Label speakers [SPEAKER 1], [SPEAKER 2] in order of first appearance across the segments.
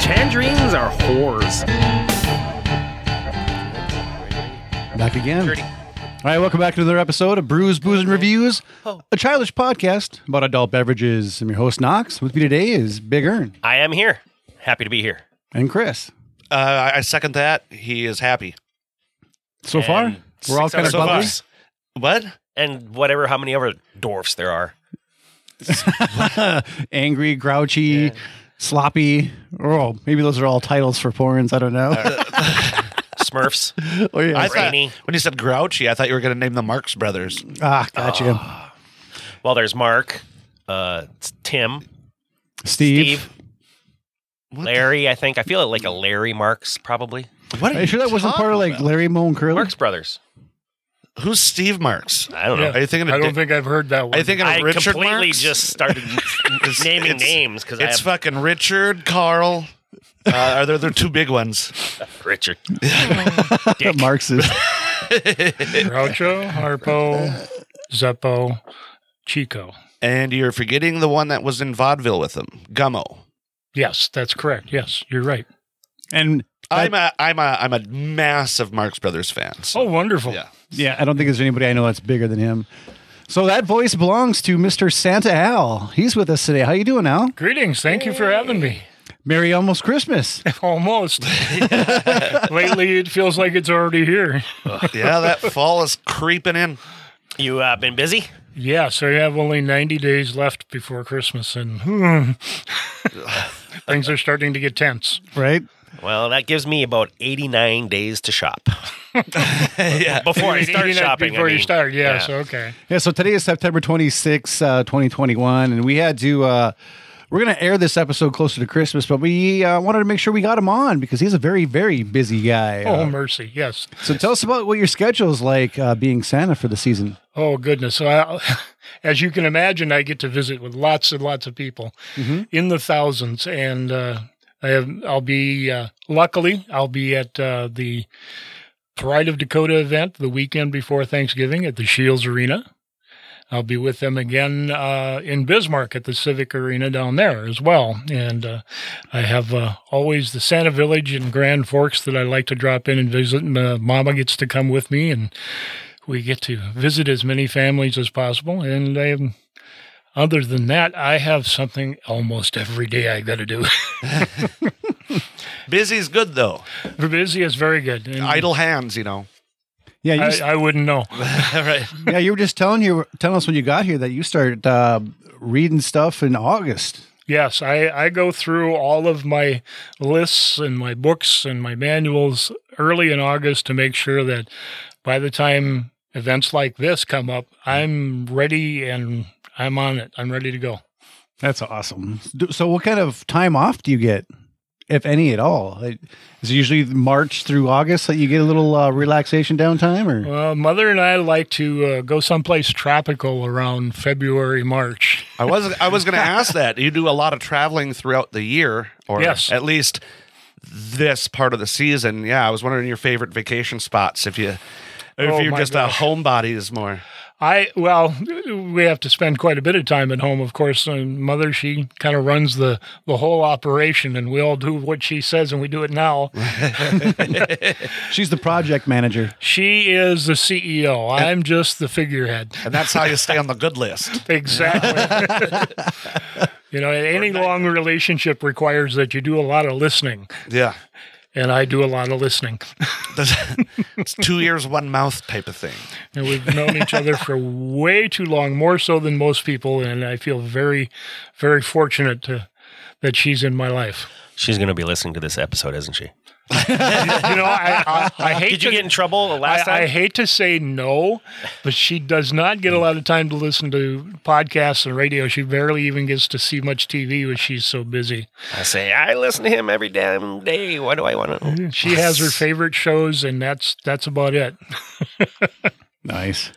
[SPEAKER 1] Tangerines are whores.
[SPEAKER 2] Back again. All right, welcome back to another episode of Brews, Booze, and Reviews, a childish podcast about adult beverages. I'm your host, Knox. With me today is Big Earn
[SPEAKER 1] I am here. Happy to be here.
[SPEAKER 2] and Chris.
[SPEAKER 3] Uh, I second that. He is happy.
[SPEAKER 2] So far,
[SPEAKER 1] And
[SPEAKER 2] we're all
[SPEAKER 1] six
[SPEAKER 2] kind of
[SPEAKER 1] other
[SPEAKER 2] bubbly.
[SPEAKER 1] folks.
[SPEAKER 3] What?
[SPEAKER 1] And whatever, how many other dwarfs there are.
[SPEAKER 2] Angry, grouchy, sloppy. Oh, maybe those are all titles for porns. I don't know.
[SPEAKER 1] Smurfs.
[SPEAKER 2] oh, yeah.
[SPEAKER 3] I thought,
[SPEAKER 1] Rainy.
[SPEAKER 3] when you said grouchy, I thought you were going to name the Marx Brothers.
[SPEAKER 2] ah, gotcha.
[SPEAKER 1] well, there's Mark, uh, Tim,
[SPEAKER 2] Steve.
[SPEAKER 1] Steve, Larry, I think. I feel like a Larry Marks, probably.
[SPEAKER 3] What
[SPEAKER 2] Are you sure that wasn't
[SPEAKER 3] talking
[SPEAKER 2] part of like
[SPEAKER 3] about?
[SPEAKER 2] Larry Moan Curly?
[SPEAKER 1] Marks Brothers.
[SPEAKER 3] Who's Steve Marx?
[SPEAKER 1] I don't know.
[SPEAKER 3] Are you thinking of
[SPEAKER 4] I don't
[SPEAKER 3] Dick-
[SPEAKER 4] think I've heard that one.
[SPEAKER 3] Are you thinking of
[SPEAKER 1] I
[SPEAKER 3] Richard
[SPEAKER 1] completely
[SPEAKER 3] Marx?
[SPEAKER 1] just started
[SPEAKER 3] It's-
[SPEAKER 1] naming
[SPEAKER 3] it's-
[SPEAKER 1] names because I
[SPEAKER 3] It's
[SPEAKER 1] have
[SPEAKER 3] fucking Richard, Carl. Uh, are there the two big ones?
[SPEAKER 1] Richard.
[SPEAKER 2] Marxist. Marxist.
[SPEAKER 4] Groucho, Harpo, Zeppo, Chico.
[SPEAKER 3] And you're forgetting the one that was in vaudeville with him, Gummo.
[SPEAKER 4] Yes, that's correct. Yes, you're right.
[SPEAKER 2] and
[SPEAKER 3] I'm a I'm a I'm a massive Marx Brothers fan. so-
[SPEAKER 4] Oh, wonderful.
[SPEAKER 3] yeah.
[SPEAKER 2] yeah, I don't think there's anybody I know that's bigger than him. So that voice belongs to Mr. Santa Al. He's with us today. How you doing, Al?
[SPEAKER 4] Greetings. Thank you for having me.
[SPEAKER 2] Merry almost Christmas.
[SPEAKER 4] Almost. Lately, it feels like it's already here.
[SPEAKER 3] yeah, that fall is creeping in.
[SPEAKER 1] You uh, been busy?
[SPEAKER 4] Yeah, so I have only 90 days left before Christmas, and hmm, things are starting to get tense.
[SPEAKER 2] Right?
[SPEAKER 1] Well, that gives me about 89 days to shop. Before I start
[SPEAKER 4] 89
[SPEAKER 1] shopping. I
[SPEAKER 4] Before you
[SPEAKER 1] mean.
[SPEAKER 4] start, yeah,
[SPEAKER 1] Yeah.
[SPEAKER 4] so okay.
[SPEAKER 2] Yeah, so today is September 26, uh, 2021, and we had to uh we're going to air this episode closer to Christmas, but we uh, wanted to make sure we got him on because he's a very, very busy guy.
[SPEAKER 4] Oh,
[SPEAKER 2] Uh,
[SPEAKER 4] mercy. Yes.
[SPEAKER 2] so tell us about what your schedule's like uh, being Santa for the season.
[SPEAKER 4] Oh goodness! So, I, as you can imagine, I get to visit with lots and lots of people in the thousands, and uh, I have, I'll be uh, luckily I'll be at uh, the Pride of Dakota event the weekend before Thanksgiving at the Shields Arena. I'll be with them again uh, in Bismarck at the Civic Arena down there as well, and uh, I have uh, always the Santa Village in Grand Forks that I like to drop in and visit. My mama gets to come with me and we get to visit as many families as possible. And um, other than that, I have something almost every day I got to do.
[SPEAKER 3] Busy's good though.
[SPEAKER 4] Busy is very good. And
[SPEAKER 3] Idle hands, you know.
[SPEAKER 2] Yeah, you
[SPEAKER 4] I, I wouldn't know.
[SPEAKER 3] right.
[SPEAKER 2] yeah, you were just telling you telling us when you got here that you started uh, reading stuff in August.
[SPEAKER 4] Yes, I, I go through all of my lists and my books and my manuals early in August to make sure that by the time events like this come up, I'm ready and I'm on it. I'm ready to go.
[SPEAKER 2] That's awesome. Do- So, what kind of time off do you get, if any at all? Like, Is it usually March through August that you get a little uh, relaxation downtime, or
[SPEAKER 4] Well, Uh, mother and I like to uh, go someplace tropical around February, March.
[SPEAKER 3] I was I was going to ask that. You do a lot of traveling throughout the year, or
[SPEAKER 4] Yes.
[SPEAKER 3] at least this part of the season. Yeah, I was wondering your favorite vacation spots. If you, if
[SPEAKER 4] Oh,
[SPEAKER 3] you're
[SPEAKER 4] my
[SPEAKER 3] just
[SPEAKER 4] gosh.
[SPEAKER 3] a homebody, is more.
[SPEAKER 4] I well, we have to spend quite a bit of time at home, of course. And mother, she kind of runs the the whole operation, and we all do what she says, and we do it now.
[SPEAKER 2] she's the project manager?
[SPEAKER 4] she is the CEO. I'm just the figurehead.
[SPEAKER 3] And that's how you stay on the good list.
[SPEAKER 4] Exactly. you know, any long relationship requires that you do a lot of listening,
[SPEAKER 3] Yeah,
[SPEAKER 4] and I do a lot of listening.
[SPEAKER 3] it's two ears, one mouth type of thing.
[SPEAKER 4] And we've known each other for way too long, more so than most people. And I feel very, very fortunate to that she's in my life.
[SPEAKER 1] She's going to be listening to this episode, isn't she?
[SPEAKER 4] You know, I, I, I hate
[SPEAKER 1] Did you
[SPEAKER 4] to,
[SPEAKER 1] get in trouble the last
[SPEAKER 4] I, I
[SPEAKER 1] time?
[SPEAKER 4] hate to say no, but she does not get a lot of time to listen to podcasts and radio. She barely even gets to see much TV because she's so busy.
[SPEAKER 1] I, say I listen to him every damn day. Why do I want to?
[SPEAKER 4] She has her favorite shows, and that's that's about it.
[SPEAKER 2] Nice.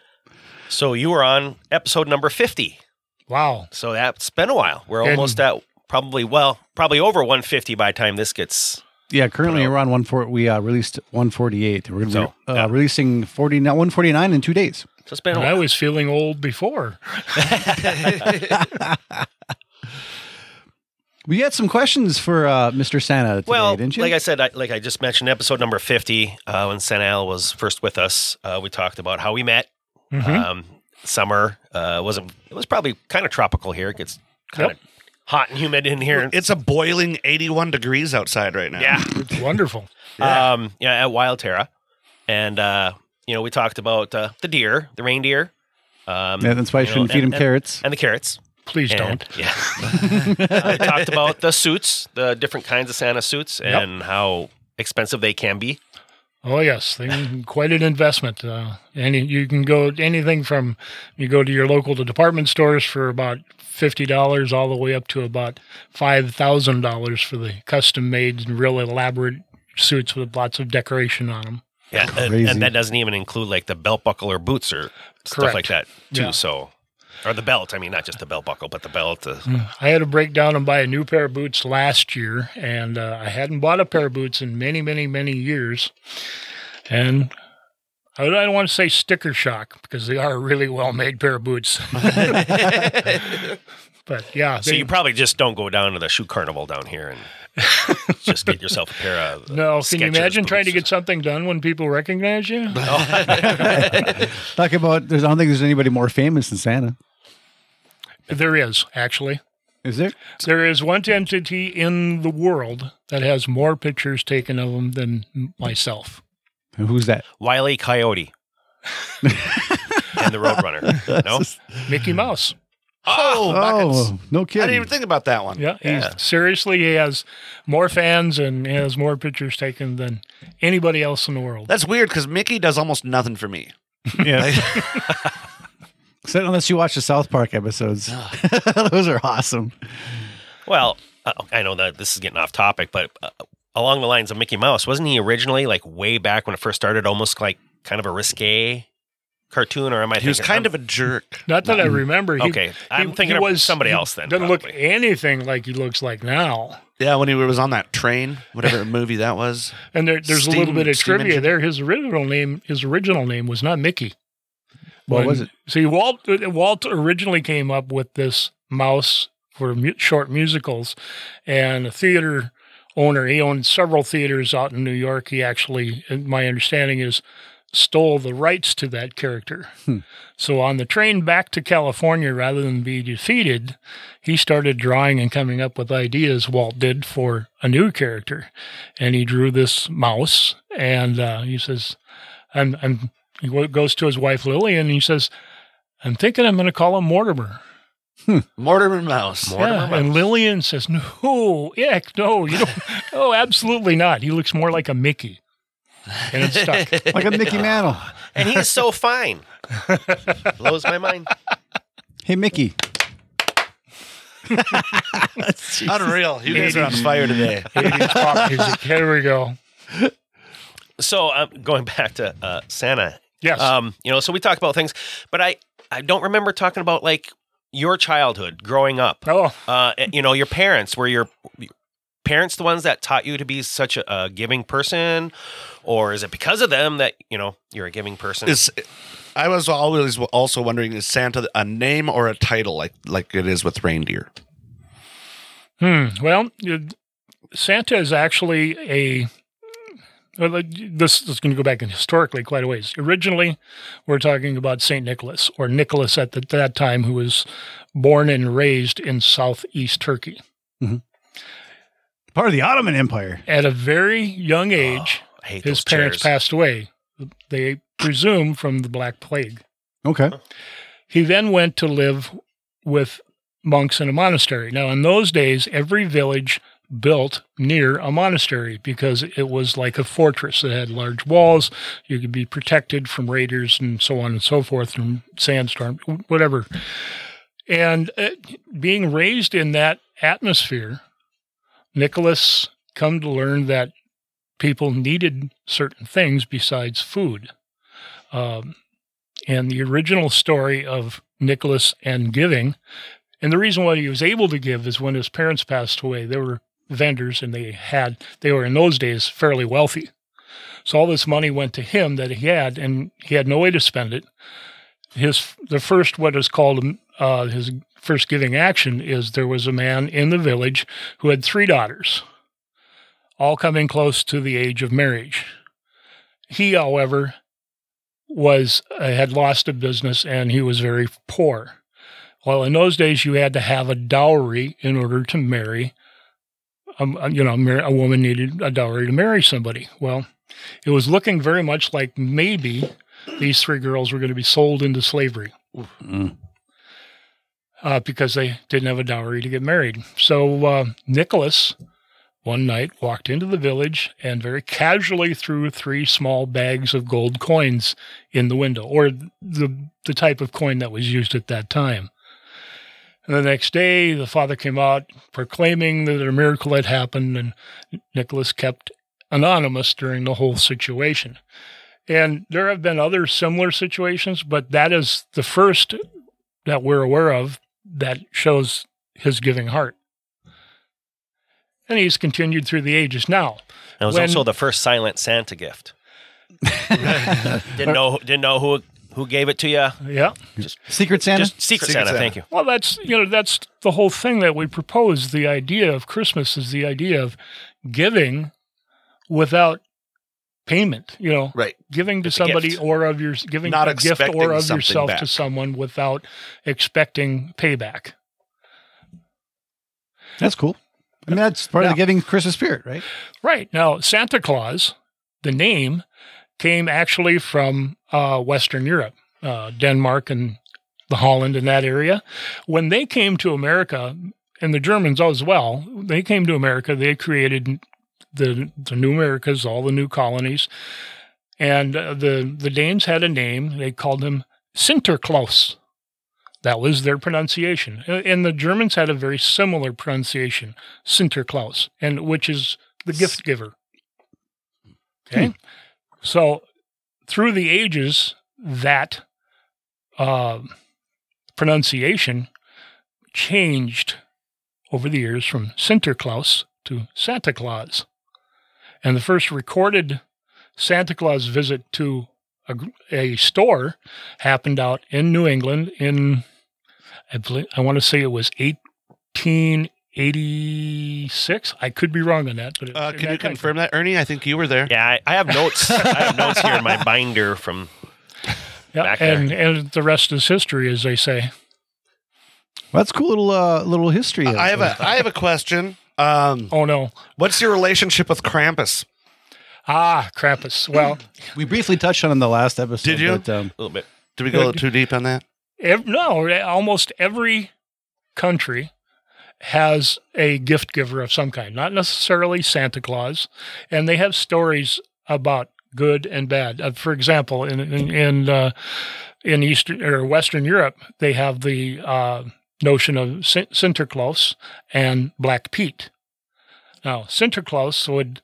[SPEAKER 1] So you were on episode number fifty.
[SPEAKER 4] Wow.
[SPEAKER 1] So that's been a while. We're
[SPEAKER 4] And-
[SPEAKER 1] almost at probably well, probably over one fifty by the time this gets.
[SPEAKER 2] Yeah, currently we're on one four. We uh, released one forty eight. We're gonna
[SPEAKER 1] So,
[SPEAKER 2] be uh, releasing forty one forty nine in two days.
[SPEAKER 1] So it's been a
[SPEAKER 4] And I
[SPEAKER 1] while.
[SPEAKER 4] was feeling old before.
[SPEAKER 2] We had some questions for uh, Mr. Santa today,
[SPEAKER 1] Well,
[SPEAKER 2] didn't you?
[SPEAKER 1] like I said, I, like I just mentioned, episode number fifty, uh, when Sen Al was first with us, uh, we talked about how we met.
[SPEAKER 4] Mhm.
[SPEAKER 1] Um, summer uh, wasn't. It was probably kind of tropical here. It gets kind of
[SPEAKER 4] Yep.
[SPEAKER 1] hot and humid in here.
[SPEAKER 3] It's a boiling 81 degrees outside right now.
[SPEAKER 1] yeah.
[SPEAKER 4] It's wonderful.
[SPEAKER 1] yeah. Um, yeah, at Wild Terra, and uh, you know we talked about uh, the deer, the reindeer, um,
[SPEAKER 2] yeah, that's why I
[SPEAKER 1] you know,
[SPEAKER 2] shouldn't feed him
[SPEAKER 1] and- and-
[SPEAKER 2] carrots.
[SPEAKER 1] and the carrots.
[SPEAKER 4] Please
[SPEAKER 1] And-
[SPEAKER 4] don't.
[SPEAKER 1] Yeah. I talked about the suits, the different kinds of Santa suits, and how expensive they can be.
[SPEAKER 4] Oh yes, they, quite an investment. Uh, any you can go anything from you go to your local to department stores for about fifty dollars, all the way up to about five thousand dollars for the custom made and real elaborate suits with lots of decoration on them.
[SPEAKER 1] Yeah, and,
[SPEAKER 2] Crazy.
[SPEAKER 1] and that doesn't even include like the belt buckle or boots or stuff
[SPEAKER 4] Correct.
[SPEAKER 1] like that too.
[SPEAKER 4] Yeah.
[SPEAKER 1] So, or the belt. I mean, not just the belt buckle, but the belt. uh, The,
[SPEAKER 3] Mm-hmm.
[SPEAKER 4] I had to break down and buy a new pair of boots last year, and uh, I hadn't bought a pair of boots in many, many, many years. And I don't want to say sticker shock because they are a really well made pair of boots. but yeah,
[SPEAKER 1] so
[SPEAKER 4] they-
[SPEAKER 1] you probably just don't go down to the shoe carnival down here and just get yourself a pair of. uh,
[SPEAKER 4] no, can you
[SPEAKER 1] Skechers
[SPEAKER 4] imagine trying to
[SPEAKER 1] boots.
[SPEAKER 4] get something done when people recognize you?
[SPEAKER 2] Talk about. There's, I don't think there's anybody more famous than Santa.
[SPEAKER 4] there is actually.
[SPEAKER 2] Is there?
[SPEAKER 4] There is one entity in the world that has more pictures taken of them than myself.
[SPEAKER 2] And Who's that?
[SPEAKER 1] Wiley Coyote and the Roadrunner? No,
[SPEAKER 4] Mickey Mouse.
[SPEAKER 3] Oh, buckets.
[SPEAKER 2] Oh, no
[SPEAKER 3] I
[SPEAKER 2] kidding.
[SPEAKER 3] didn't even think about that one.
[SPEAKER 4] Yeah, he's seriously he has more fans and he has more pictures taken than anybody else in the world.
[SPEAKER 3] That's weird because Mickey does almost nothing for me.
[SPEAKER 2] Yeah. Except unless you watch the South Park episodes, those are awesome.
[SPEAKER 1] Well, uh, I know that this is getting off topic, but uh, along the lines of Mickey Mouse, wasn't he originally like way back when it first started, almost like kind of a risque cartoon? Or am I?
[SPEAKER 3] He was kind of a jerk.
[SPEAKER 4] Not that I remember. He,
[SPEAKER 1] Mm. okay. I'm thinking of somebody else then,
[SPEAKER 4] Doesn't look
[SPEAKER 1] probably.
[SPEAKER 4] anything like he looks like now.
[SPEAKER 3] Yeah, when he was on that train, whatever movie that was.
[SPEAKER 4] And there, there's a little
[SPEAKER 3] Steam-
[SPEAKER 4] bit of
[SPEAKER 3] steam
[SPEAKER 4] trivia
[SPEAKER 3] engine.
[SPEAKER 4] there. His original name, his original name was not Mickey.
[SPEAKER 2] What
[SPEAKER 4] When-
[SPEAKER 2] was it?
[SPEAKER 4] See, Walt Walt originally came up with this mouse for mu- short musicals, and a theater owner. He owned several theaters out in New York. He actually, and my understanding is, stole the rights to that character. So on the train back to California, rather than be defeated, he started drawing and coming up with ideas. Walt did for a new character, and he drew this mouse. And uh, he says, "I'm." I'm he go- goes to his wife Lily, and he says, "I'm thinking I'm going to call him Mortimer."
[SPEAKER 3] Mortimer Mouse.
[SPEAKER 1] Mortimer
[SPEAKER 4] Yeah, And Lillian says, "No, heck, no, you don't. oh, absolutely not. He looks more like a Mickey." And it stuck.
[SPEAKER 2] Like a Mickey Mantle.
[SPEAKER 1] and he's so fine. Blows my mind.
[SPEAKER 2] Hey, Mickey.
[SPEAKER 3] Unreal. You guys are on fire today.
[SPEAKER 4] 80s pop music. Here we go.
[SPEAKER 1] So I'm going back to uh, Santa.
[SPEAKER 4] Yes.
[SPEAKER 1] Um, you know, so we talk about things, but I I don't remember talking about like your childhood growing up.
[SPEAKER 4] oh,
[SPEAKER 1] uh, you know, your parents were your parents the ones that taught you to be such a, a giving person, or is it because of them that you know you're a giving person?
[SPEAKER 3] Is I was always also wondering is Santa a name or a title like like it is with reindeer?
[SPEAKER 4] hmm. Well, it- Santa is actually a. Well, uh, this is going to go back in historically quite a ways. Originally, we're talking about Saint Nicholas or Nicholas at the, that time, who was born and raised in southeast Turkey.
[SPEAKER 2] Part of the Ottoman Empire.
[SPEAKER 4] At a very
[SPEAKER 1] Ah.
[SPEAKER 4] young age,
[SPEAKER 1] Oh, I hate
[SPEAKER 4] his
[SPEAKER 1] those parents.
[SPEAKER 4] parents passed away. They presume from the Black Plague.
[SPEAKER 2] Okay.
[SPEAKER 4] He then went to live with monks in a monastery. Now, in those days, every village built near a monastery because it was like a fortress that had large walls. You could be protected from raiders and so on and so forth, from sandstorm, whatever. And uh, being raised in that atmosphere, Nicholas come to learn that people needed certain things besides food. Um, and the original story of Nicholas and giving, and the reason why he was able to give is when his parents passed away, they were vendors and they had, they were in those days fairly wealthy. So all this money went to him that he had, and he had no way to spend it. His the first what is called uh, his first giving action is there was a man in the village who had three daughters, all coming close to the age of marriage. He, however, was uh, had lost a business and he was very poor. Well, in those days, you had to have a dowry in order to marry. Um, uh, you know, mar- a woman needed a dowry to marry somebody. Well, it was looking very much like maybe these three girls were going to be sold into slavery
[SPEAKER 2] Mm.
[SPEAKER 4] uh, because they didn't have a dowry to get married. So uh, Nicholas one night walked into the village and very casually threw three small bags of gold coins in the window, or the the type of coin that was used at that time. And the next day, the father came out proclaiming that a miracle had happened, and Nicholas kept anonymous during the whole situation. And there have been other similar situations, but that is the first that we're aware of that shows his giving heart. And he's continued through the ages. Now,
[SPEAKER 1] It was
[SPEAKER 4] When-
[SPEAKER 1] also the first silent Santa gift. didn't know didn't know who who gave it to you.
[SPEAKER 4] yeah,
[SPEAKER 2] Secret Santa.
[SPEAKER 1] Just Secret,
[SPEAKER 3] Secret
[SPEAKER 1] Santa,
[SPEAKER 3] Santa.
[SPEAKER 1] Thank you.
[SPEAKER 4] Well, that's you know that's the whole thing that we propose. The idea of Christmas is the idea of giving without payment. You know,
[SPEAKER 3] Right.
[SPEAKER 4] giving to
[SPEAKER 1] It's a
[SPEAKER 4] somebody
[SPEAKER 1] gift.
[SPEAKER 4] or of your giving
[SPEAKER 3] Not
[SPEAKER 4] a gift
[SPEAKER 3] expecting
[SPEAKER 4] or of
[SPEAKER 3] something
[SPEAKER 4] yourself to
[SPEAKER 3] back.
[SPEAKER 4] someone without expecting payback.
[SPEAKER 2] that's cool. I mean, that's part of
[SPEAKER 4] Now-
[SPEAKER 2] the giving Christmas spirit, right?
[SPEAKER 4] Right now, Santa Claus, the name, came actually from uh, Western Europe, uh, Denmark and the Holland and that area. When they came to America, and the Germans as well, they came to America. They created the the new Americas, all the new colonies, and uh, the the Danes had a name. They called him Sinterklaas. That was their pronunciation, A- and the Germans had a very similar pronunciation, Sinterklaas, and which is the gift giver. Okay, so through the ages, that uh, pronunciation changed over the years from Sinterklaas to Santa Claus. And the first recorded Santa Claus visit to a, gr- a store happened out in New England in, I, believe, I want to say it was 1886. I could be wrong on that. But it,
[SPEAKER 3] Uh,
[SPEAKER 4] in
[SPEAKER 3] can
[SPEAKER 4] that
[SPEAKER 3] you
[SPEAKER 4] time frame.
[SPEAKER 3] confirm that, Ernie? I think you were there.
[SPEAKER 1] Yeah, I, I have notes. I have notes here in my binder from.
[SPEAKER 4] Yeah,
[SPEAKER 1] back there.
[SPEAKER 4] and, and the rest is history, as they say.
[SPEAKER 2] Well, that's cool little uh, little history. of-
[SPEAKER 3] I have a
[SPEAKER 2] of-
[SPEAKER 3] I have a question. Um,
[SPEAKER 4] Oh, no.
[SPEAKER 3] what's your relationship with Krampus?
[SPEAKER 4] Ah, Krampus. Well,
[SPEAKER 2] We briefly touched on it in the last episode.
[SPEAKER 3] Did you?
[SPEAKER 2] But, um,
[SPEAKER 1] A little bit.
[SPEAKER 3] Did we go a little too deep on that?
[SPEAKER 4] Ev- no, eh, almost every country has a gift giver of some kind, not necessarily Santa Claus, and they have stories about good and bad. Uh, for example, in in in, uh, in Eastern or Western Europe, they have the uh, notion of Sin- Sinterklaas and Black Pete. Now, Sinterklaas would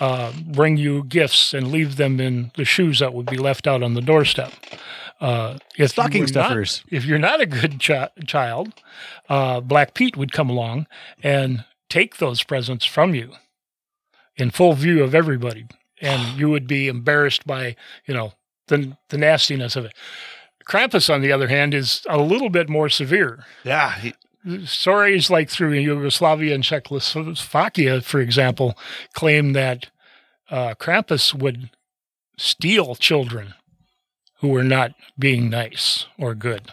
[SPEAKER 4] uh, bring you gifts and leave them in the shoes that would be left out on the doorstep. Uh, if you
[SPEAKER 2] stocking
[SPEAKER 4] were not-
[SPEAKER 2] stuffers.
[SPEAKER 4] if you're not a good chi- child, uh, Black Pete would come along and take those presents from you in full view of everybody, and you would be embarrassed by you know the the nastiness of it. Krampus, on the other hand, is a little bit more severe
[SPEAKER 3] Yeah. he-
[SPEAKER 4] stories like through Yugoslavia and Czechoslovakia, for example, claim that uh, Krampus would steal children who were not being nice or good.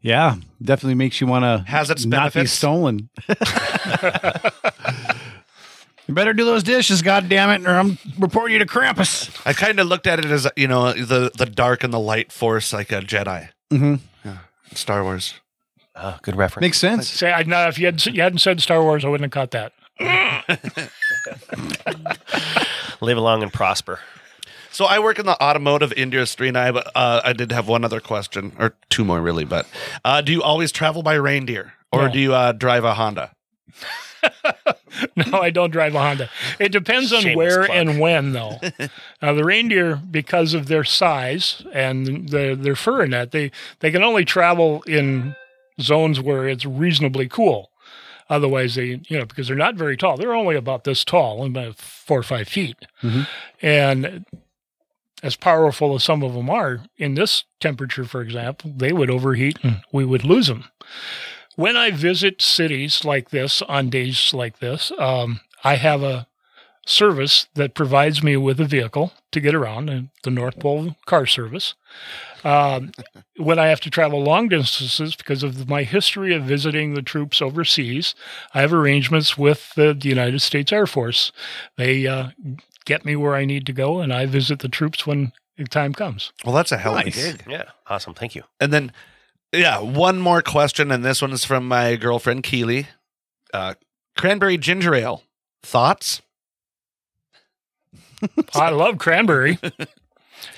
[SPEAKER 2] yeah, definitely makes you want to
[SPEAKER 3] Has its
[SPEAKER 2] not be
[SPEAKER 3] benefits?
[SPEAKER 2] stolen. you better do those dishes, God damn it, or I'm reporting you to Krampus.
[SPEAKER 3] I kind of looked at it as you know the the dark and the light force, like a Jedi,
[SPEAKER 2] Mm-hmm.
[SPEAKER 3] Star Wars.
[SPEAKER 1] Ah, good reference.
[SPEAKER 2] Makes sense.
[SPEAKER 4] Say, I know if you hadn't, you hadn't said Star Wars, I wouldn't have caught that.
[SPEAKER 1] Live long and prosper.
[SPEAKER 3] So I work in the automotive industry, and I uh, I did have one other question, or two more really. But uh, do you always travel by reindeer, or
[SPEAKER 4] No.
[SPEAKER 3] do you uh, drive a Honda?
[SPEAKER 4] No, I don't drive a Honda. It depends on
[SPEAKER 1] Shameless
[SPEAKER 4] where
[SPEAKER 1] plug.
[SPEAKER 4] and when, though. now, the reindeer, because of their size and the, their fur in that, they, they can only travel in zones where it's reasonably cool. Otherwise, they, you know, because they're not very tall. They're only about this tall, about four or five feet.
[SPEAKER 1] Mm-hmm.
[SPEAKER 2] Mhm.
[SPEAKER 4] And as powerful as some of them are, in this temperature, for example, they would overheat and we would lose them when I visit cities like this on days like this, um, I have a service that provides me with a vehicle to get around, uh, the North Pole Car Service. Um, when I have to travel long distances because of my history of visiting the troops overseas, I have arrangements with the, the United States Air Force. They uh, get me where I need to go, and I visit the troops when the time comes.
[SPEAKER 3] Well, that's a hell of
[SPEAKER 2] Nice.
[SPEAKER 3] a gig.
[SPEAKER 1] Yeah. Awesome. Thank you.
[SPEAKER 3] And then, yeah, one more question, and this one is from my girlfriend Keely. Uh, cranberry ginger ale thoughts?
[SPEAKER 4] I love cranberry.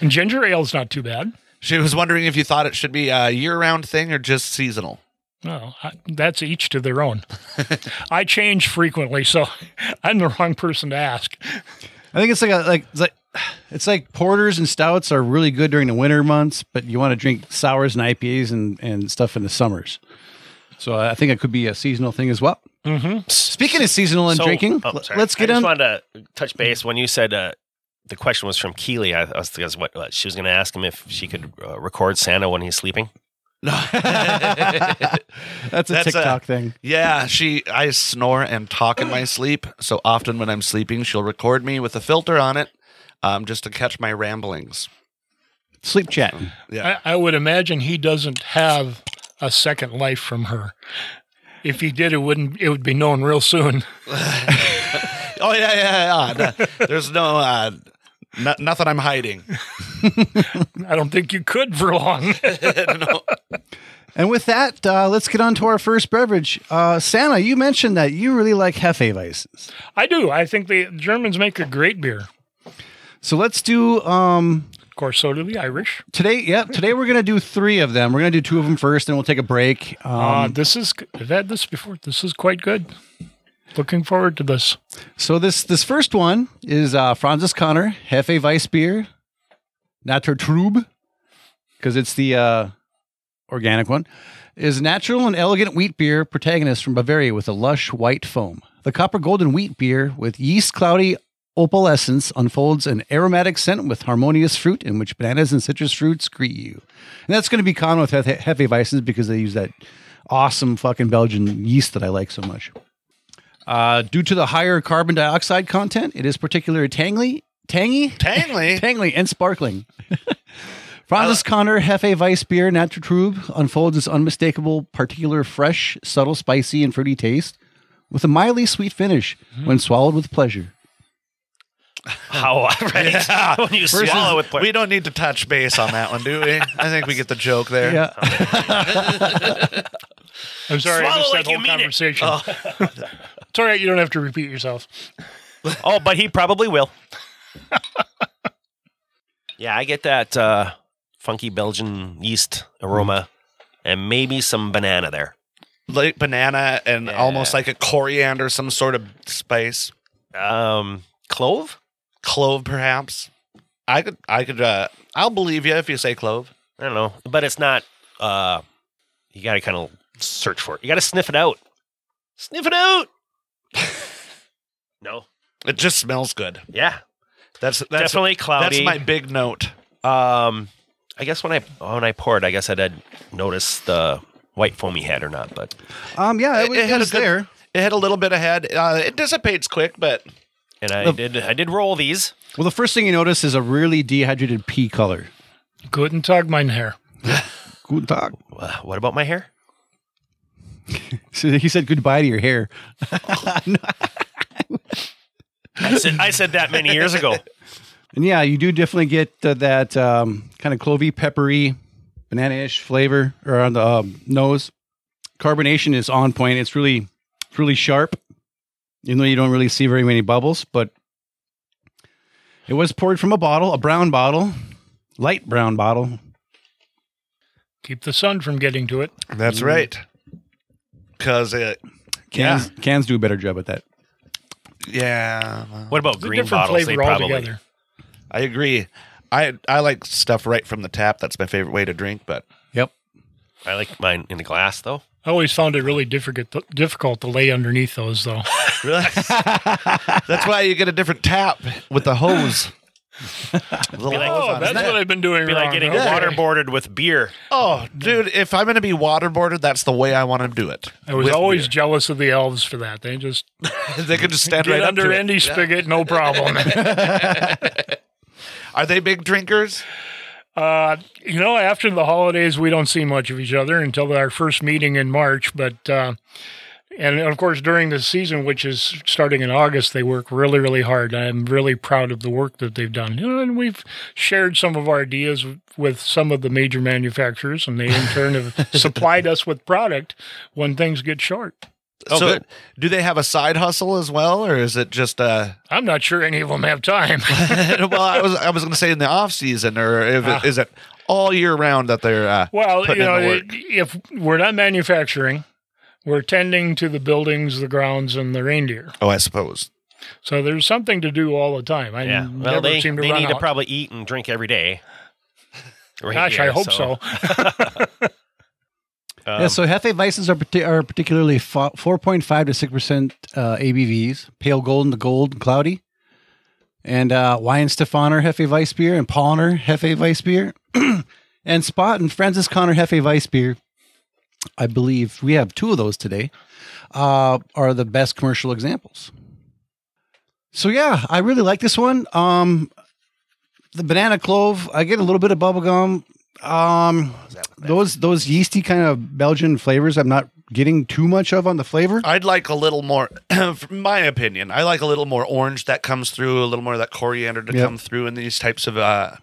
[SPEAKER 4] And ginger ale's not too bad.
[SPEAKER 3] She was wondering if you thought it should be a year-round thing or just seasonal.
[SPEAKER 4] No, I, that's each to their own. I change frequently, so I'm the wrong person to ask.
[SPEAKER 2] I think it's like a, like it's like it's like porters and stouts are really good during the winter months, but you want to drink sours and IPAs and and stuff in the summers. So I think it could be a seasonal thing as well. Speaking of seasonal and
[SPEAKER 1] Mm-hmm. So-
[SPEAKER 2] drinking,
[SPEAKER 1] oh,
[SPEAKER 2] l-
[SPEAKER 1] sorry.
[SPEAKER 2] let's get
[SPEAKER 1] I just
[SPEAKER 2] on.
[SPEAKER 1] wanted to touch base when you said uh, the question was from Keely. I, I was, I was what, what she was going to ask him if she could uh, record Santa when he's sleeping.
[SPEAKER 2] That's a
[SPEAKER 1] uh,
[SPEAKER 3] That's a-
[SPEAKER 2] TikTok thing.
[SPEAKER 3] Yeah, she I snore and talk in my sleep. So often when I'm sleeping, she'll record me with a filter on it, um, just to catch my ramblings.
[SPEAKER 2] Sleep chat.
[SPEAKER 3] Yeah.
[SPEAKER 4] I, I would imagine he doesn't have a second life from her. If he did, it wouldn't. It would be known real soon.
[SPEAKER 3] oh yeah, yeah, yeah. No, there's no uh, no- nothing I'm hiding.
[SPEAKER 4] I don't think you could for long.
[SPEAKER 3] No.
[SPEAKER 2] And with that, uh, let's get on to our first beverage. Uh, Santa, you mentioned that you really like Hefeweizen.
[SPEAKER 4] I do. I think the Germans make a great beer.
[SPEAKER 2] So let's do um,
[SPEAKER 4] Of course, so do the Irish.
[SPEAKER 2] Today, yeah, today we're gonna do three of them. We're gonna do two of them first, and we'll take a break. Um,
[SPEAKER 4] uh, this is. I've had this before. This is quite good. Looking forward to this.
[SPEAKER 2] so this this first one is uh, Francis Connor Hefe Weissbier, Natur Trub, because it's the uh, organic one. Is natural and elegant wheat beer protagonist from Bavaria with a lush white foam. The copper golden wheat beer with yeast cloudy opalescence unfolds an aromatic scent with harmonious fruit in which bananas and citrus fruits greet you. And that's going to be common with Hefe- Hefeweizen because they use that awesome fucking Belgian yeast that I like so much. Uh, due to the higher carbon dioxide content, it is particularly tangly, tangy,
[SPEAKER 3] Tangly.
[SPEAKER 2] tangly, and sparkling. Francis Connor Hefe Weissbier Naturtrub unfolds its unmistakable, particular, fresh, subtle, spicy, and fruity taste with a mildly sweet finish
[SPEAKER 3] Mm-hmm.
[SPEAKER 2] when swallowed with pleasure.
[SPEAKER 1] How right? when you
[SPEAKER 3] Versus-
[SPEAKER 1] swallow with
[SPEAKER 3] we
[SPEAKER 1] pleasure.
[SPEAKER 3] don't need to touch base on that one, do we? I think we get the joke there.
[SPEAKER 2] Yeah.
[SPEAKER 4] I'm sorry,
[SPEAKER 1] Swallow
[SPEAKER 4] I missed
[SPEAKER 1] like
[SPEAKER 4] that
[SPEAKER 1] you
[SPEAKER 4] whole
[SPEAKER 1] mean it.
[SPEAKER 4] conversation. it's all right. You don't have to repeat yourself.
[SPEAKER 1] Oh, but he probably will. yeah, I get that uh, funky Belgian yeast aroma
[SPEAKER 2] Mm-hmm.
[SPEAKER 1] and maybe some banana there.
[SPEAKER 3] Like banana and
[SPEAKER 1] Yeah.
[SPEAKER 3] almost like a coriander, some sort of spice,
[SPEAKER 1] Um, clove?
[SPEAKER 3] clove perhaps. I could, I could, uh, I'll believe you if you say clove.
[SPEAKER 1] I don't know, but it's not. Uh, you got to kind of search for it. You got to sniff it out. Sniff it out. no.
[SPEAKER 3] It just smells good.
[SPEAKER 1] Yeah.
[SPEAKER 3] That's that's
[SPEAKER 1] definitely cloudy.
[SPEAKER 3] that's my big note.
[SPEAKER 1] Um, I guess when I when I poured, I guess I did notice the white foam he had or not, but
[SPEAKER 2] Um, yeah, it, was- it
[SPEAKER 3] had a
[SPEAKER 2] was
[SPEAKER 3] good-
[SPEAKER 2] there.
[SPEAKER 3] It had a little bit of head. Uh, it dissipates quick, but
[SPEAKER 1] and I
[SPEAKER 2] The-
[SPEAKER 1] did I did roll these.
[SPEAKER 2] Well, the first thing you notice is a really dehydrated pea color.
[SPEAKER 4] Guten Tag, mein Herr.
[SPEAKER 2] Good talk.
[SPEAKER 1] Uh, what about my hair?
[SPEAKER 2] So he said goodbye to your hair.
[SPEAKER 1] I said I said that many years ago.
[SPEAKER 2] And yeah, you do definitely get uh, that um, kind of clovey, peppery, banana-ish flavor around the um, nose. carbonation is on point. It's really, it's really sharp, even though you don't really see very many bubbles. But it was poured from a bottle, a brown bottle, light brown bottle.
[SPEAKER 4] Keep the sun from getting to it.
[SPEAKER 3] That's right. Mm. Cause it, yeah,
[SPEAKER 2] Cans, cans do a better job at that.
[SPEAKER 3] yeah. well,
[SPEAKER 1] What about
[SPEAKER 4] It's a
[SPEAKER 1] green
[SPEAKER 4] different
[SPEAKER 1] bottles? They
[SPEAKER 4] flavor
[SPEAKER 1] probably
[SPEAKER 4] altogether.
[SPEAKER 3] I agree. I I like stuff right from the tap. That's my favorite way to drink. But
[SPEAKER 2] Yep.
[SPEAKER 1] I like mine in the glass though.
[SPEAKER 4] I always found it really difficult difficult to lay underneath those, though.
[SPEAKER 3] really, that's why you get a different tap with the hose. The
[SPEAKER 1] like-
[SPEAKER 3] hose on
[SPEAKER 4] oh,
[SPEAKER 3] it.
[SPEAKER 4] that's what I've been doing.
[SPEAKER 1] Be like
[SPEAKER 4] wrong.
[SPEAKER 1] getting
[SPEAKER 4] Okay.
[SPEAKER 1] waterboarded with beer.
[SPEAKER 3] Oh, dude, if I'm going to be waterboarded, that's the way I want to do it.
[SPEAKER 4] I was
[SPEAKER 3] With
[SPEAKER 4] always jealous of the elves for that. They just
[SPEAKER 3] beer. they could just stand
[SPEAKER 4] get
[SPEAKER 3] right up
[SPEAKER 4] under
[SPEAKER 3] to it.
[SPEAKER 4] Andy Spigot, no problem.
[SPEAKER 3] Are they big drinkers?
[SPEAKER 4] Uh, you know, after the holidays, we don't see much of each other until our first meeting in March. But uh, and of course, during the season, which is starting in August, they work really, really hard. I'm really proud of the work that they've done. You know, and we've shared some of our ideas with some of the major manufacturers, and they in turn have supplied us with product when things get short.
[SPEAKER 1] Oh,
[SPEAKER 3] so,
[SPEAKER 1] good.
[SPEAKER 3] do they have a side hustle as well, or is it just uh
[SPEAKER 4] I'm not sure any of them have time.
[SPEAKER 3] well, I was I was going to say in the off season, or if it, is it all year round that they're uh,
[SPEAKER 4] Ah. Well,
[SPEAKER 3] putting
[SPEAKER 4] you know,
[SPEAKER 3] in the
[SPEAKER 4] i-
[SPEAKER 3] work?
[SPEAKER 4] if we're not manufacturing, we're tending to the buildings, the grounds, and the reindeer.
[SPEAKER 3] oh, I suppose.
[SPEAKER 4] So there's something to do all the time. I
[SPEAKER 1] Yeah.
[SPEAKER 4] never
[SPEAKER 1] Well, they,
[SPEAKER 4] seem to
[SPEAKER 1] they
[SPEAKER 4] run
[SPEAKER 1] need to
[SPEAKER 4] out.
[SPEAKER 1] probably eat and drink every day. Right
[SPEAKER 4] Gosh, I
[SPEAKER 1] here,
[SPEAKER 4] hope so.
[SPEAKER 1] um,
[SPEAKER 2] yeah, so Hefe Weisses are, parti- are particularly fo- 4.5 to 6% uh, ABVs, pale golden to gold and cloudy. And uh, Wyan Stefaner Hefe Weiss beer and Polliner Hefe Weiss beer. and Spot and Francis Connor Hefe Weiss beer, I believe we have two of those today, uh, are the best commercial examples. So yeah, I really like this one. Um, the banana clove, I get a little bit of bubble gum. Um,
[SPEAKER 3] Oh,
[SPEAKER 2] those those yeasty kind of Belgian flavors I'm not getting too much of on the flavor.
[SPEAKER 3] I'd like a little more, from my opinion, I like a little more orange that comes through, a little more of that coriander to
[SPEAKER 2] Yep.
[SPEAKER 3] come through in these types of uh,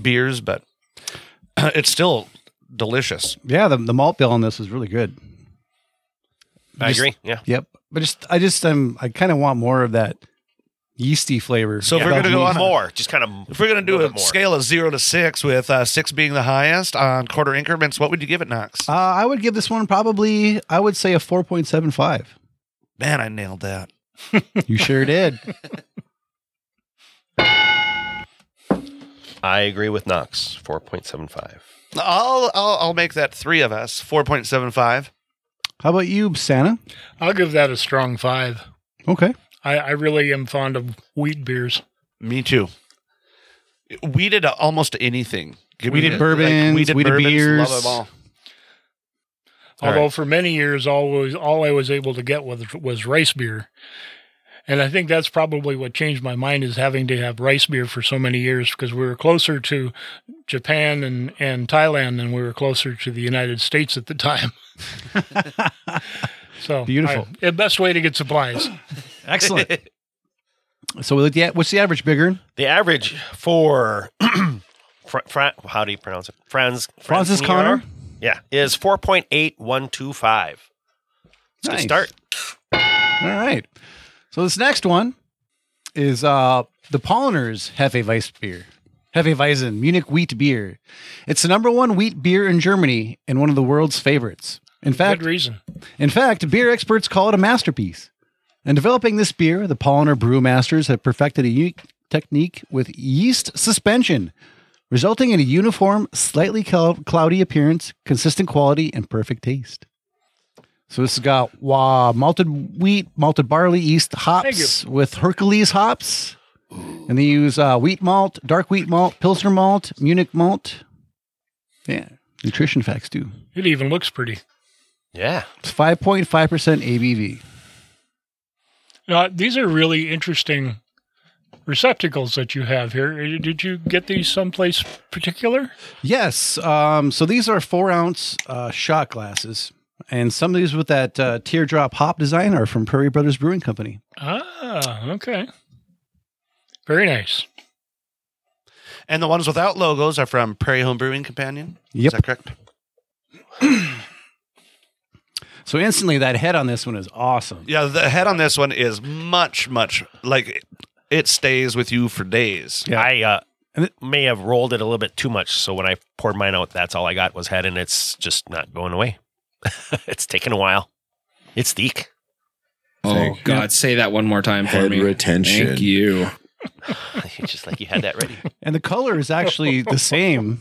[SPEAKER 3] beers, but it's still delicious.
[SPEAKER 2] Yeah, the, the malt bill on this is really good.
[SPEAKER 1] I
[SPEAKER 2] Just-
[SPEAKER 1] agree. Yeah.
[SPEAKER 2] Yep. But just I just um I kind of want more of that yeasty flavor.
[SPEAKER 3] So if we're gonna
[SPEAKER 2] Belgian
[SPEAKER 3] go on
[SPEAKER 2] yeast.
[SPEAKER 1] More. Just kind of
[SPEAKER 3] If we're going to do
[SPEAKER 1] little
[SPEAKER 3] a
[SPEAKER 1] bit more.
[SPEAKER 3] scale of zero to six, with uh, six being the highest on quarter increments, what would you give it, Knox?
[SPEAKER 2] uh, I would give this one probably I would say a 4.75.
[SPEAKER 3] Man, I nailed that.
[SPEAKER 2] You sure did.
[SPEAKER 1] I agree with Knox. Four point seven five.
[SPEAKER 3] I'll, I'll I'll make that three of us four point seven five.
[SPEAKER 2] How about you, Santa?
[SPEAKER 4] I'll give that a strong five.
[SPEAKER 2] Okay.
[SPEAKER 4] I, I really am fond of wheat beers.
[SPEAKER 3] Me too. We did almost anything. Give me
[SPEAKER 2] Weeded
[SPEAKER 3] the-
[SPEAKER 2] bourbons, weeded beers.
[SPEAKER 3] Love them all.
[SPEAKER 1] All
[SPEAKER 4] Although for many years, always all I was able to get was was rice beer, and I think that's probably what changed my mind is having to have rice beer for so many years because we were closer to Japan and and Thailand than we were closer to the United States at the time. so
[SPEAKER 2] Beautiful.
[SPEAKER 4] I- the best way to get supplies.
[SPEAKER 2] Excellent. so we looked at what's the average bigger?
[SPEAKER 1] The average for Fra- Fra- how do you pronounce it? Franz
[SPEAKER 2] Francis
[SPEAKER 1] Franzinier?
[SPEAKER 2] Connor?
[SPEAKER 1] Yeah, is four point eight one two five. It's a good
[SPEAKER 2] Nice.
[SPEAKER 1] start.
[SPEAKER 2] All right. So this next one is uh the Polliners Hefeweizen beer. Hefeweizen, Munich wheat beer. It's the number one wheat beer in Germany and one of the world's favorites. In fact,
[SPEAKER 4] Good reason.
[SPEAKER 2] in fact, beer experts call it a masterpiece. In developing this beer, the Polliner brewmasters have perfected a unique technique with yeast suspension, resulting in a uniform, slightly cl- cloudy appearance, consistent quality, and perfect taste. So this has got wow, malted wheat, malted barley, yeast hops with Hercules hops, and they use uh, wheat malt, dark wheat malt, Pilsner malt, Munich malt. Yeah, nutrition facts too.
[SPEAKER 4] It even looks pretty.
[SPEAKER 1] Yeah,
[SPEAKER 2] It's five point five percent ABV.
[SPEAKER 4] Now, these are really interesting receptacles that you have here. Uh, Did you get these someplace particular?
[SPEAKER 2] Yes. Um, so these are four ounce uh, shot glasses. And some of these with that uh, teardrop hop design are from Prairie Brothers Brewing Company.
[SPEAKER 4] Ah, okay. Very nice.
[SPEAKER 3] And the ones without logos are from Prairie Home Brewing Companion.
[SPEAKER 2] Yep.
[SPEAKER 3] Is that correct?
[SPEAKER 2] So instantly, that head on this one is awesome.
[SPEAKER 3] Yeah, the head on this one is much, much like it stays with you for days.
[SPEAKER 2] Yeah.
[SPEAKER 1] I uh,
[SPEAKER 2] And it-
[SPEAKER 1] may have rolled it a little bit too much. So when I poured mine out, that's all I got was head, and it's just not going away. it's taken a while. It's thick.
[SPEAKER 5] Oh
[SPEAKER 2] Thank-
[SPEAKER 5] God, say that one more time for
[SPEAKER 6] Head
[SPEAKER 5] me.
[SPEAKER 6] retention.
[SPEAKER 5] Thank you.
[SPEAKER 1] It's just like you had that ready.
[SPEAKER 2] And the color is actually the same.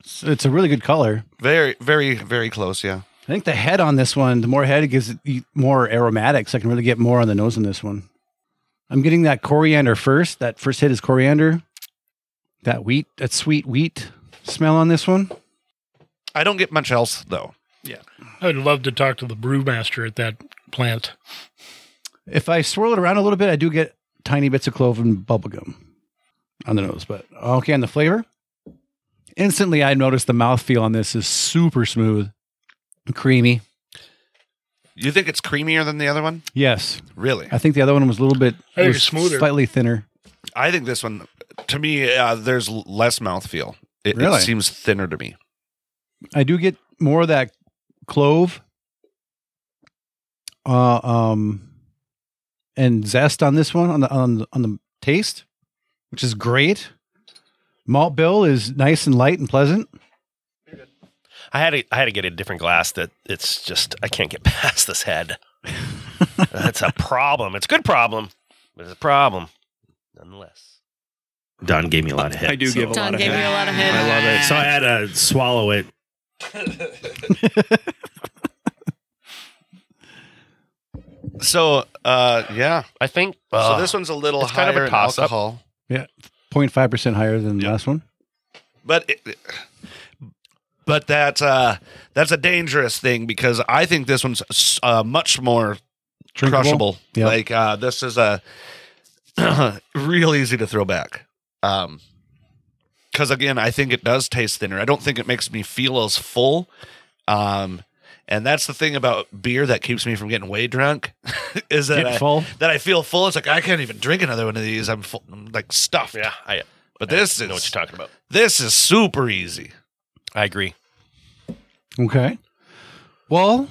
[SPEAKER 2] It's, it's a really good color.
[SPEAKER 3] Very, very, very close. Yeah.
[SPEAKER 2] I think the head on this one, the more head it gives it e- more aromatics. I can really get more on the nose on this one. I'm getting that coriander first. That first hit is coriander. That wheat, that sweet wheat smell on this one.
[SPEAKER 3] I don't get much else though.
[SPEAKER 4] I'd love to talk to the brewmaster at that plant.
[SPEAKER 2] If I swirl it around a little bit, I do get tiny bits of clove and bubblegum on the nose, but okay, on the flavor. Instantly, I notice the mouthfeel on this is super smooth and creamy.
[SPEAKER 3] You think it's creamier than the other one?
[SPEAKER 2] Yes.
[SPEAKER 3] Really?
[SPEAKER 2] I think the other one was a little bit
[SPEAKER 4] I think
[SPEAKER 2] was
[SPEAKER 4] it's smoother.
[SPEAKER 2] slightly thinner.
[SPEAKER 3] I think this one, to me, uh, there's l- less mouthfeel. It,
[SPEAKER 2] Really?
[SPEAKER 3] it seems thinner to me.
[SPEAKER 2] I do get more of that clove, uh, um, and zest on this one on the on the, on the taste, which is great. Malt bill is nice and light and pleasant.
[SPEAKER 1] I had to, I had to get a different glass. That it's just I can't get past this head. That's a problem. It's a good problem, but it's a problem nonetheless.
[SPEAKER 7] Don gave me a lot of head.
[SPEAKER 8] I do give a lot
[SPEAKER 9] Don
[SPEAKER 8] of
[SPEAKER 9] gave
[SPEAKER 8] head.
[SPEAKER 9] me a lot of
[SPEAKER 7] I
[SPEAKER 9] head.
[SPEAKER 7] love it. So I had to swallow it.
[SPEAKER 3] So, uh, yeah.
[SPEAKER 1] I think uh,
[SPEAKER 3] so this one's a little
[SPEAKER 1] it's kind of
[SPEAKER 3] higher
[SPEAKER 1] a
[SPEAKER 3] in
[SPEAKER 1] toss-up.
[SPEAKER 3] alcohol,
[SPEAKER 2] 0.5 percent higher than the last one.
[SPEAKER 3] but it, but that uh, that's a dangerous thing because I think this one's s- uh, much more
[SPEAKER 2] Drinkable?
[SPEAKER 3] crushable.
[SPEAKER 2] Yeah.
[SPEAKER 3] Like uh, this is a real easy to throw back. Um, because again, I think it does taste thinner. I don't think it makes me feel as full. Um, and that's the thing about beer that keeps me from getting way drunk is that
[SPEAKER 2] Getting
[SPEAKER 3] I,
[SPEAKER 2] full.
[SPEAKER 3] that I feel full. It's like I can't even drink another one of these. I'm, full, I'm like stuffed.
[SPEAKER 1] yeah, I
[SPEAKER 3] But this
[SPEAKER 1] know what
[SPEAKER 3] is
[SPEAKER 1] you're talking about.
[SPEAKER 3] this is super easy.
[SPEAKER 1] I agree.
[SPEAKER 2] Okay. Well,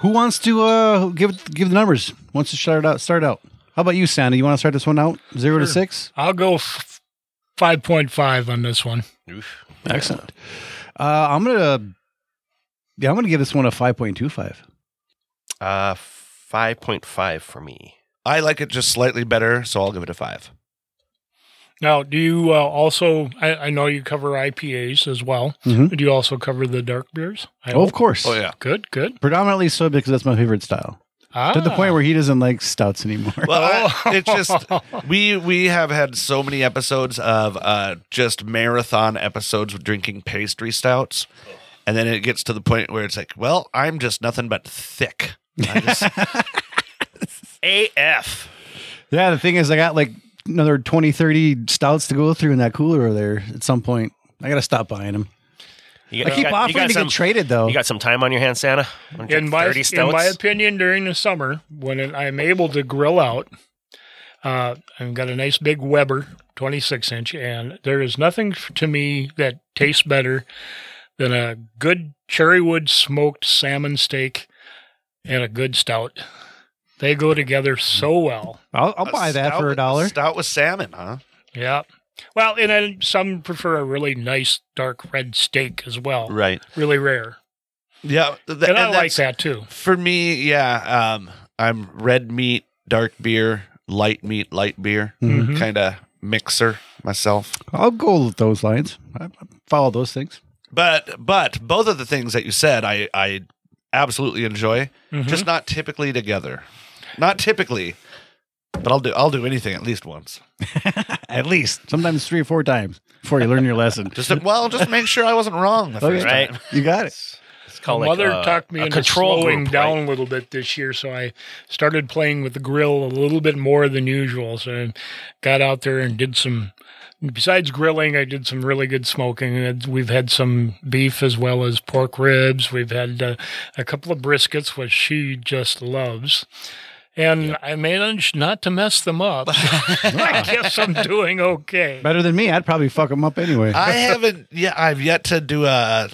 [SPEAKER 2] who wants to uh, give give the numbers? Wants to start out? Start out. How about you, Sandy? You want to start this one out? Zero to
[SPEAKER 4] Sure.
[SPEAKER 2] six.
[SPEAKER 4] I'll go f- 5.5 on this one.
[SPEAKER 2] Excellent. Uh, I'm gonna, yeah, I'm gonna give this one a five point two five.
[SPEAKER 1] Uh, five point five for me.
[SPEAKER 3] I like it just slightly better, so I'll give it a five.
[SPEAKER 4] Now, do you uh, also, I, I know you cover IPAs as well.
[SPEAKER 2] Mhm.
[SPEAKER 4] But do you also cover the dark beers? I
[SPEAKER 2] Oh, of
[SPEAKER 4] hope.
[SPEAKER 2] course.
[SPEAKER 3] yeah.
[SPEAKER 4] Good, good.
[SPEAKER 2] Predominantly so because that's my favorite style.
[SPEAKER 4] Ah.
[SPEAKER 2] To the point where he doesn't like stouts anymore.
[SPEAKER 3] Well,
[SPEAKER 2] Oh.
[SPEAKER 3] I, it's just we we have had so many episodes of uh, just marathon episodes with drinking pastry stouts, and then it gets to the point where it's like, well, I'm just nothing but thick. I just,
[SPEAKER 1] AF.
[SPEAKER 2] yeah, the thing is, I got like another 20, 30 stouts to go through in that cooler over there at some point. I gotta stop buying them.
[SPEAKER 1] You
[SPEAKER 2] I keep offering to
[SPEAKER 1] some,
[SPEAKER 2] get traded though.
[SPEAKER 1] You got some time on your hands, Santa? Wanna drink
[SPEAKER 4] in my,
[SPEAKER 1] 30
[SPEAKER 4] in my
[SPEAKER 1] stouts?
[SPEAKER 4] opinion, during the summer, when it- I'm able to grill out, uh, I've got a nice big Weber 26 inch, and there is nothing f- to me that tastes better than a good cherry wood smoked salmon steak and a good stout. They go together so well.
[SPEAKER 2] I'll, I'll buy that
[SPEAKER 3] stout-
[SPEAKER 2] for a dollar.
[SPEAKER 3] Stout with salmon, huh?
[SPEAKER 4] Yeah. Well, and then some prefer a really nice dark red steak as well.
[SPEAKER 3] Right.
[SPEAKER 4] Really rare.
[SPEAKER 3] Yeah, th-
[SPEAKER 4] And, I like
[SPEAKER 3] that's-
[SPEAKER 4] that too.
[SPEAKER 3] For me, yeah, um, I'm red meat, dark beer, light meat, light beer,
[SPEAKER 2] Mm-hmm.
[SPEAKER 4] Mhm.
[SPEAKER 3] kind of mixer myself.
[SPEAKER 2] I'll go with those lines. I I follow those things.
[SPEAKER 3] But but both of the things that you said, I I absolutely enjoy.
[SPEAKER 4] Mhm.
[SPEAKER 3] Just not typically together. Not typically. But I'll do I'll do anything at least once.
[SPEAKER 2] At least sometimes three or four times before you learn your lesson.
[SPEAKER 3] Just to- well, just to make sure I wasn't wrong the first
[SPEAKER 1] Right.
[SPEAKER 3] time.
[SPEAKER 2] You got it.
[SPEAKER 1] It's called
[SPEAKER 4] My
[SPEAKER 1] like,
[SPEAKER 4] mother
[SPEAKER 1] uh,
[SPEAKER 4] talked me
[SPEAKER 1] a
[SPEAKER 4] into
[SPEAKER 1] control
[SPEAKER 4] slowing
[SPEAKER 1] group,
[SPEAKER 4] down
[SPEAKER 1] right?
[SPEAKER 4] a little bit this year, so I started playing with the grill a little bit more than usual. So I got out there and did some. Besides grilling, I did some really good smoking. And We've had some beef as well as pork ribs. We've had uh, a couple of briskets, which she just loves. And I managed not to mess them up. I guess I'm doing okay.
[SPEAKER 1] Ah.
[SPEAKER 2] Better than me. I'd probably fuck them up anyway.
[SPEAKER 3] I haven't yeah, I've yet to do a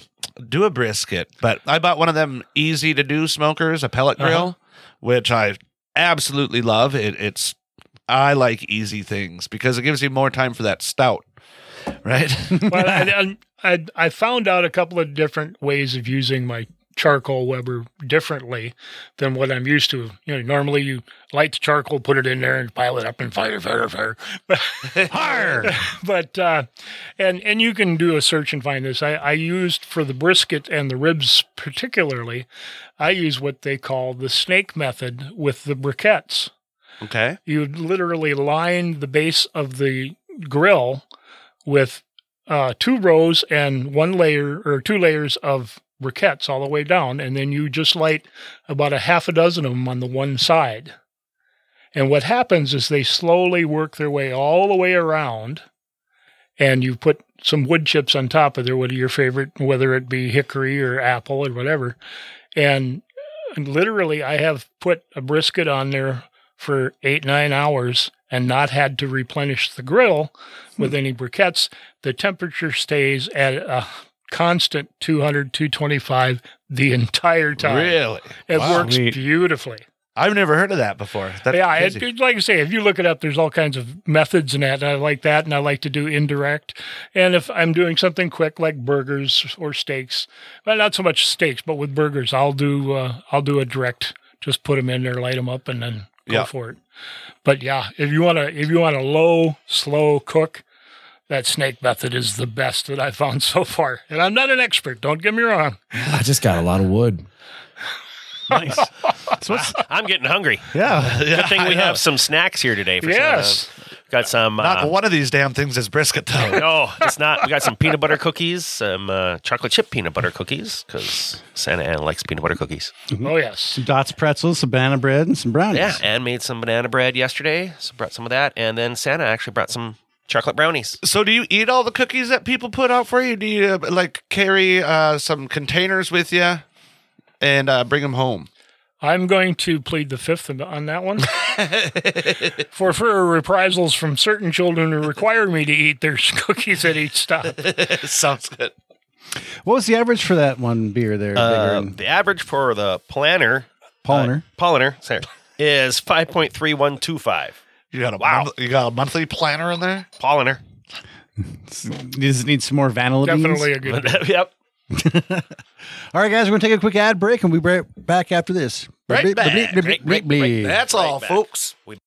[SPEAKER 3] do a brisket, but I bought one of them easy to do smokers, a pellet grill, which I absolutely love. It, it's I like easy things because it gives you more time for that stout, right?
[SPEAKER 4] well, I, I, I- I found out a couple of different ways of using my charcoal Weber differently than what I'm used to. You know, normally you light the charcoal, put it in there, and pile it up and fire, fire, fire.
[SPEAKER 2] Arr!
[SPEAKER 4] But uh, and and you can do a search and find this. I, I used for the brisket and the ribs particularly. I use what they call the snake method with the briquettes
[SPEAKER 3] okay.
[SPEAKER 4] you literally line the base of the grill with uh, two rows and one layer or two layers of briquettes all the way down, and then you just light about a half a dozen of them on the one side. And what happens is they slowly work their way all the way around, and you put some wood chips on top of there, whether your favorite, whether it be hickory or apple or whatever. And literally, I have put a brisket on there for eight, nine hours and not had to replenish the grill with any briquettes, the temperature stays at a constant 200, 225 the entire time.
[SPEAKER 3] Really?
[SPEAKER 4] It
[SPEAKER 3] Wow.
[SPEAKER 4] works
[SPEAKER 2] Sweet.
[SPEAKER 4] beautifully.
[SPEAKER 3] I've never heard of that before. That's
[SPEAKER 4] yeah,
[SPEAKER 3] crazy.
[SPEAKER 4] it, it- like I say, if you look it up, there's all kinds of methods and that. And I like that, and I like to do indirect. And if I'm doing something quick, like burgers or steaks, well, not so much steaks, but with burgers, I'll do uh, I'll do a direct. Just put them in there, light them up, and then go
[SPEAKER 3] Yeah.
[SPEAKER 4] for it. But yeah, if you want to, if you want a low, slow cook, that snake method is the best that I've found so far. And I'm not an expert. Don't get me wrong.
[SPEAKER 6] I just got a lot of wood.
[SPEAKER 2] nice. So what's,
[SPEAKER 1] I'm getting hungry.
[SPEAKER 2] yeah.
[SPEAKER 1] Good thing we
[SPEAKER 3] I know.
[SPEAKER 1] have some snacks here today. For some of
[SPEAKER 4] Yes.
[SPEAKER 1] the- got some.
[SPEAKER 3] Not
[SPEAKER 1] Uh,
[SPEAKER 3] one of these damn things is brisket though.
[SPEAKER 1] no, it's not. We got some peanut butter cookies, some uh, chocolate chip peanut butter cookies, because Santa Anna likes peanut butter cookies.
[SPEAKER 4] Oh yes.
[SPEAKER 2] Some Dots pretzels, some banana bread, and some brownies.
[SPEAKER 1] Yeah, Anne made some banana bread yesterday, so brought some of that, and then Santa actually brought some chocolate brownies.
[SPEAKER 3] so do you eat all the cookies that people put out for you? Do you uh, like carry uh, some containers with you and uh, bring them home?
[SPEAKER 4] I'm going to plead the fifth on- on that one. for fear of reprisals from certain children who require me to eat their cookies at each stop.
[SPEAKER 3] Sounds good.
[SPEAKER 2] What was the average for that one beer there?
[SPEAKER 1] Uh,
[SPEAKER 2] Bigger and
[SPEAKER 1] the average for the planner,
[SPEAKER 2] Polliner.
[SPEAKER 1] uh, polliner, sorry, is five point three one two five.
[SPEAKER 3] You got a month- you got a monthly planner in there.
[SPEAKER 1] Polliner.
[SPEAKER 2] Does it need some more vanilla beans?
[SPEAKER 4] Definitely a good one.
[SPEAKER 1] yep.
[SPEAKER 2] All right, guys, we're going to take a quick ad break and we'll be right back after this.
[SPEAKER 3] Right
[SPEAKER 2] Bleep,
[SPEAKER 3] back.
[SPEAKER 2] bleep, bleep,
[SPEAKER 1] Right,
[SPEAKER 2] bleep,
[SPEAKER 1] right,
[SPEAKER 2] bleep.
[SPEAKER 3] That's all,
[SPEAKER 1] back.
[SPEAKER 3] folks.
[SPEAKER 1] We-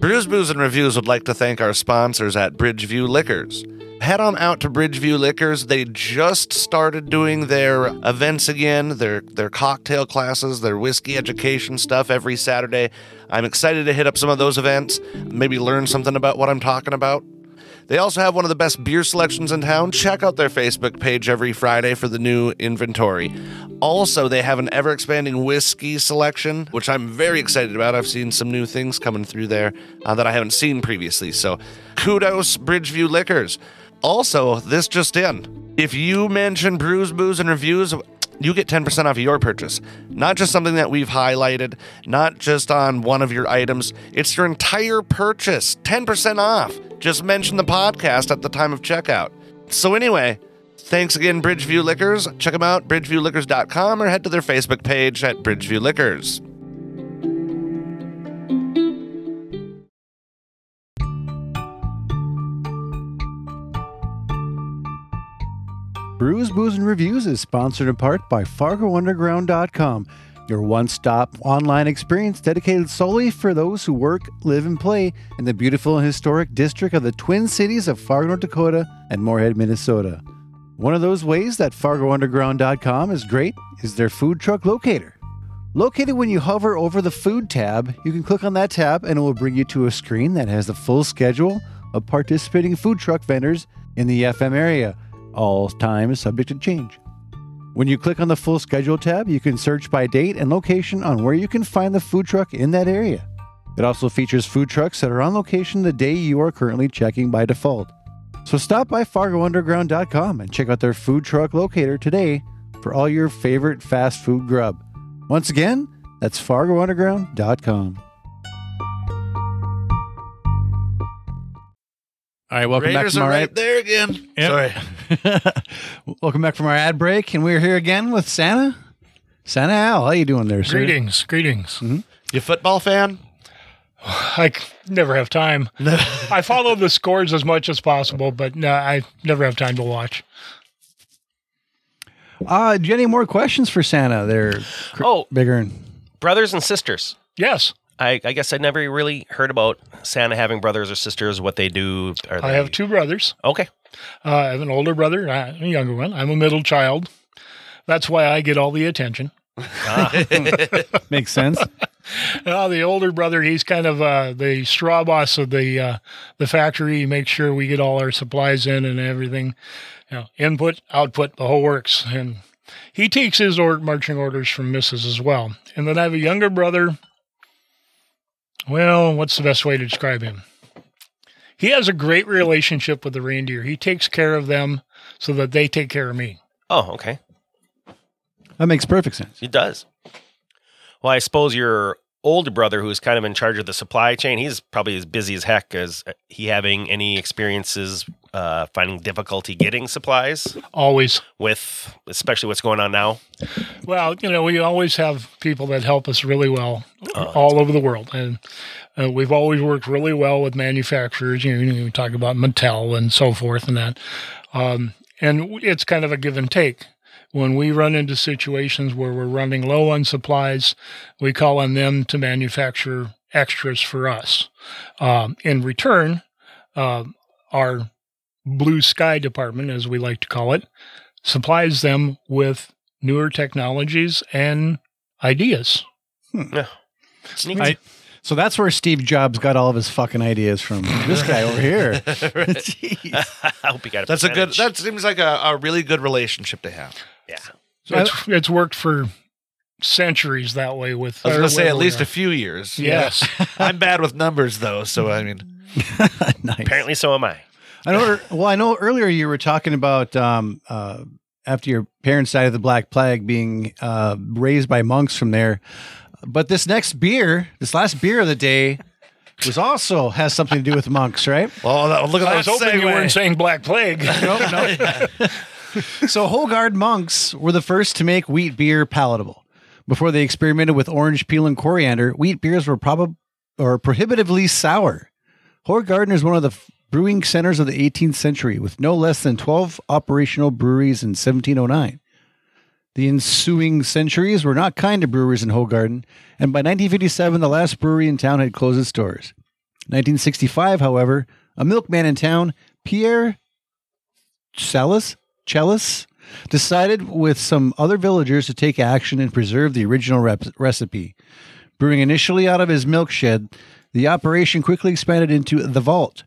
[SPEAKER 3] Brews, Booze, and Reviews would like to thank our sponsors at Bridgeview Liquors. Head on out to Bridgeview Liquors. They just started doing their events again, their their cocktail classes, their whiskey education stuff every Saturday. I'm excited to hit up some of those events, maybe learn something about what I'm talking about. They also have one of the best beer selections in town. Check out their Facebook page every Friday for the new inventory. Also, they have an ever expanding whiskey selection, which I'm very excited about. I've seen some new things coming through there uh, that I haven't seen previously. So, kudos, Bridgeview Liquors. Also, this just in if you mention brews, booze, and reviews, you get 10% off your purchase. Not just something that we've highlighted, not just on one of your items, it's your entire purchase, 10% off. Just mention the podcast at the time of checkout. So, anyway, thanks again, Bridgeview Liquors. Check them out, bridgeviewliquors.com, or head to their Facebook page at Bridgeview Liquors.
[SPEAKER 2] Brews, Booze, and Reviews is sponsored in part by FargoUnderground.com, your one stop online experience dedicated solely for those who work, live, and play in the beautiful and historic district of the Twin Cities of Fargo, North Dakota, and Moorhead, Minnesota. One of those ways that FargoUnderground.com is great is their food truck locator. Located when you hover over the food tab, you can click on that tab and it will bring you to a screen that has the full schedule of participating food truck vendors in the FM area, all times subject to change. When you click on the full schedule tab, you can search by date and location on where you can find the food truck in that area. It also features food trucks that are on location the day you are currently checking by default. So stop by fargounderground.com and check out their food truck locator today for all your favorite fast food grub. Once again, that's fargounderground.com. All right, welcome
[SPEAKER 3] Raiders
[SPEAKER 2] back
[SPEAKER 3] are
[SPEAKER 2] from our
[SPEAKER 3] right there again. Sorry.
[SPEAKER 2] welcome back from our ad break, and we're here again with Santa. Santa Al, how you doing there, sir?
[SPEAKER 4] Greetings, greetings.
[SPEAKER 3] You football fan?
[SPEAKER 4] I c- never have time. I follow the scores as much as possible, but no, I never have time to watch.
[SPEAKER 2] Uh, do you have any more questions for Santa there? Cr-
[SPEAKER 1] Oh.
[SPEAKER 2] bigger and
[SPEAKER 1] Brothers and sisters.
[SPEAKER 4] Yes,
[SPEAKER 1] I, I guess I never really heard about Santa having brothers or sisters, what they do. Are
[SPEAKER 4] I
[SPEAKER 1] they-
[SPEAKER 4] have two brothers.
[SPEAKER 1] Okay.
[SPEAKER 4] Uh, I have an older brother and I- a younger one. I'm a middle child. That's why I get all the attention.
[SPEAKER 2] makes sense.
[SPEAKER 4] Uh, the older brother, he's kind of uh, the straw boss of the uh, the factory. He makes sure we get all our supplies in and everything, you know, input, output, the whole works. And he takes his or- marching orders from Mrs. as well. And then I have a younger brother. Well, what's the best way to describe him? He has a great relationship with the reindeer. He takes care of them so that they take care of me.
[SPEAKER 1] Oh, okay.
[SPEAKER 2] That makes perfect sense.
[SPEAKER 1] It does. Well, I suppose your older brother, who's kind of in charge of the supply chain, he's probably as busy as heck as he having any experiences uh, finding difficulty getting supplies
[SPEAKER 4] Always.
[SPEAKER 1] with, especially what's going on now.
[SPEAKER 4] Well, you know, we always have people that help us really well all over the world. And uh, we've always worked really well with manufacturers. You know, you talk about Mattel and so forth and that. Um, and w- it's kind of a give and take. When we run into situations where we're running low on supplies, we call on them to manufacture extras for us. Um, in return, uh, our blue sky department, as we like to call it, supplies them with newer technologies and ideas.
[SPEAKER 1] Sneaky.
[SPEAKER 2] I- So that's where Steve Jobs got all of his fucking ideas from. This guy over here. Jeez.
[SPEAKER 1] I hope you got a
[SPEAKER 3] That's a good.
[SPEAKER 1] percentage.
[SPEAKER 3] That seems like a, a really good relationship to have.
[SPEAKER 4] So it's, it's worked for centuries that way with
[SPEAKER 3] I was
[SPEAKER 4] or
[SPEAKER 3] going to say
[SPEAKER 4] where
[SPEAKER 3] at
[SPEAKER 4] we
[SPEAKER 3] least
[SPEAKER 4] are.
[SPEAKER 3] a few years.
[SPEAKER 4] Yes.
[SPEAKER 3] I'm bad with numbers though, so I mean,
[SPEAKER 2] nice.
[SPEAKER 1] Apparently, so am I.
[SPEAKER 2] I know. Well, I know earlier you were talking about um, uh, after your parents died of the Black Plague, being uh, raised by monks from there. But this next beer, this last beer of the day, was also has something to do with monks, right?
[SPEAKER 3] well, that- look at
[SPEAKER 4] I
[SPEAKER 3] that.
[SPEAKER 4] was hoping you
[SPEAKER 3] segue.
[SPEAKER 4] weren't saying Black Plague.
[SPEAKER 2] So Hogard monks were the first to make wheat beer palatable. Before they experimented with orange peel and coriander, wheat beers were probably or prohibitively sour. Horgarden is one of the f- brewing centers of the 18th century, with no less than 12 operational breweries in 1709. The ensuing centuries were not kind to brewers in Hogarden, and by 1957, the last brewery in town had closed its doors. 1965, however, a milkman in town, Pierre Salas, Chellis decided with some other villagers to take action and preserve the original rep- recipe. Brewing initially out of his milk shed, the operation quickly expanded into the vault,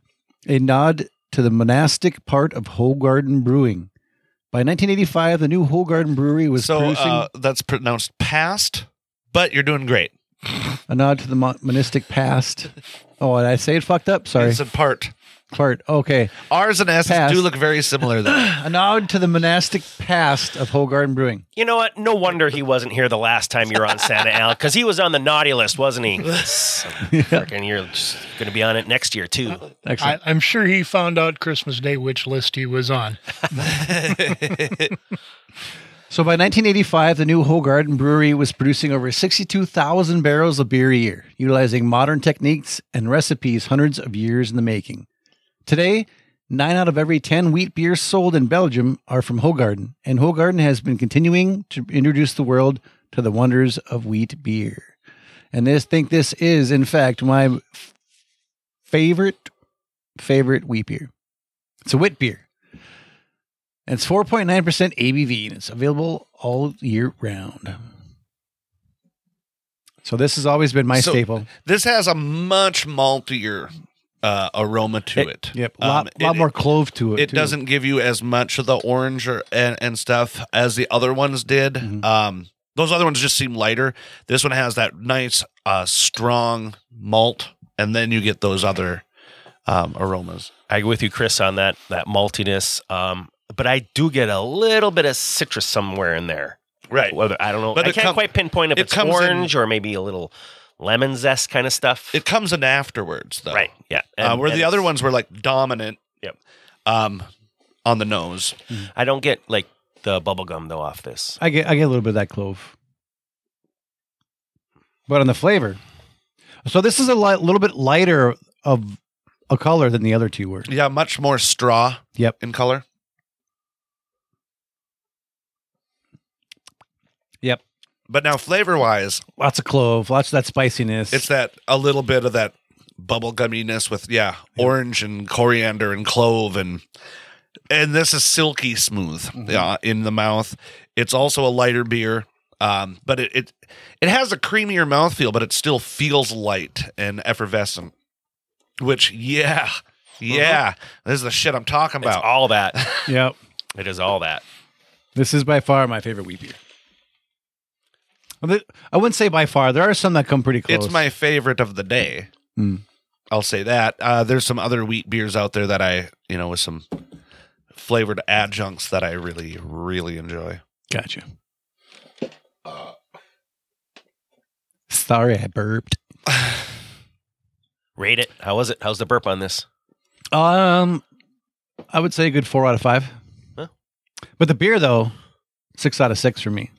[SPEAKER 2] a nod to the monastic part of Whole Garden Brewing. By 1985, the new Whole Garden Brewery was
[SPEAKER 3] So
[SPEAKER 2] producing
[SPEAKER 3] uh, that's pronounced past, but you're doing great.
[SPEAKER 2] a nod to the mon- monastic past. Oh, did I say it fucked up? Sorry.
[SPEAKER 3] It's a part.
[SPEAKER 2] Part. Okay.
[SPEAKER 3] R's and S's
[SPEAKER 2] Past.
[SPEAKER 3] do look very similar though.
[SPEAKER 2] A nod to the monastic past of Whole Garden Brewing.
[SPEAKER 1] You know what? No wonder he wasn't here the last time you were on Santa Al, because he was on the naughty list, wasn't he? Frickin' you're just going to be on it next year too.
[SPEAKER 2] Excellent.
[SPEAKER 4] I, I'm sure he found out Christmas Day which list he was on.
[SPEAKER 2] So by 1985, the new Hogarden Brewery was producing over 62,000 barrels of beer a year, utilizing modern techniques and recipes hundreds of years in the making. Today, nine out of every 10 wheat beers sold in Belgium are from Hogarden, and Hogarden has been continuing to introduce the world to the wonders of wheat beer. And this think this is, in fact, my f- favorite, favorite wheat beer. It's a wheat beer. And it's 4.9% ABV and it's available all year round. So this has always been my
[SPEAKER 3] So-
[SPEAKER 2] staple.
[SPEAKER 3] this has a much maltier uh, aroma to it.
[SPEAKER 2] Eh, Yep. A
[SPEAKER 3] Um,
[SPEAKER 2] lot, lot
[SPEAKER 3] it-
[SPEAKER 2] more clove to it.
[SPEAKER 3] it
[SPEAKER 2] too.
[SPEAKER 3] doesn't give you as much of the orange or, and, and stuff as the other ones did.
[SPEAKER 2] Mhm.
[SPEAKER 3] Um, those other ones just seem lighter. This one has that nice, uh, strong malt, and then you get those other um, aromas.
[SPEAKER 1] I agree with you, Chris, on that that maltiness. Um, but I do get a little bit of citrus somewhere in there.
[SPEAKER 3] Right.
[SPEAKER 1] Whether I don't know,
[SPEAKER 3] But
[SPEAKER 1] I
[SPEAKER 3] it
[SPEAKER 1] can't
[SPEAKER 3] come-
[SPEAKER 1] quite pinpoint if
[SPEAKER 3] it
[SPEAKER 1] it's
[SPEAKER 3] comes in-
[SPEAKER 1] orange or maybe a little lemon zest kind of stuff.
[SPEAKER 3] It comes in afterwards, though.
[SPEAKER 1] right? Yeah.
[SPEAKER 3] uh,
[SPEAKER 1] And-
[SPEAKER 3] where
[SPEAKER 1] and
[SPEAKER 3] the other
[SPEAKER 1] it's-
[SPEAKER 3] ones were like dominant
[SPEAKER 1] Yep.
[SPEAKER 3] Um, on the nose.
[SPEAKER 1] I don't get like the bubble gum though off this.
[SPEAKER 2] I get I get a little bit of that clove, but on the flavor. So this is a li- little bit lighter of a color than the other two were.
[SPEAKER 3] Yeah, much more straw.
[SPEAKER 2] Yep.
[SPEAKER 3] In color.
[SPEAKER 2] Yep.
[SPEAKER 3] But now flavor wise,
[SPEAKER 2] Lots of clove, lots of that spiciness.
[SPEAKER 3] it's that a little bit of that bubble gumminess with yeah, orange and coriander and clove and and this is silky smooth yeah, in the mouth. It's also a lighter beer. Um, but it, it it has a creamier mouthfeel, but it still feels light and effervescent. Which yeah, yeah, this is the shit I'm talking
[SPEAKER 1] It's
[SPEAKER 3] about.
[SPEAKER 1] all that.
[SPEAKER 2] yep.
[SPEAKER 1] it is all that.
[SPEAKER 2] This is by far my favorite wheat beer. Well, th- I wouldn't say by far. There are some that come pretty close.
[SPEAKER 3] It's my favorite of the day.
[SPEAKER 2] Mm.
[SPEAKER 3] I'll say that. Uh, there's some other wheat beers out there that I, you know, with some flavored adjuncts that I really, really enjoy.
[SPEAKER 2] gotcha. Sorry, I burped.
[SPEAKER 1] Rate it. How was it? How's the burp on this?
[SPEAKER 2] Um, I would say a good four out of five.
[SPEAKER 1] Huh.
[SPEAKER 2] But the beer, though, six out of six for me.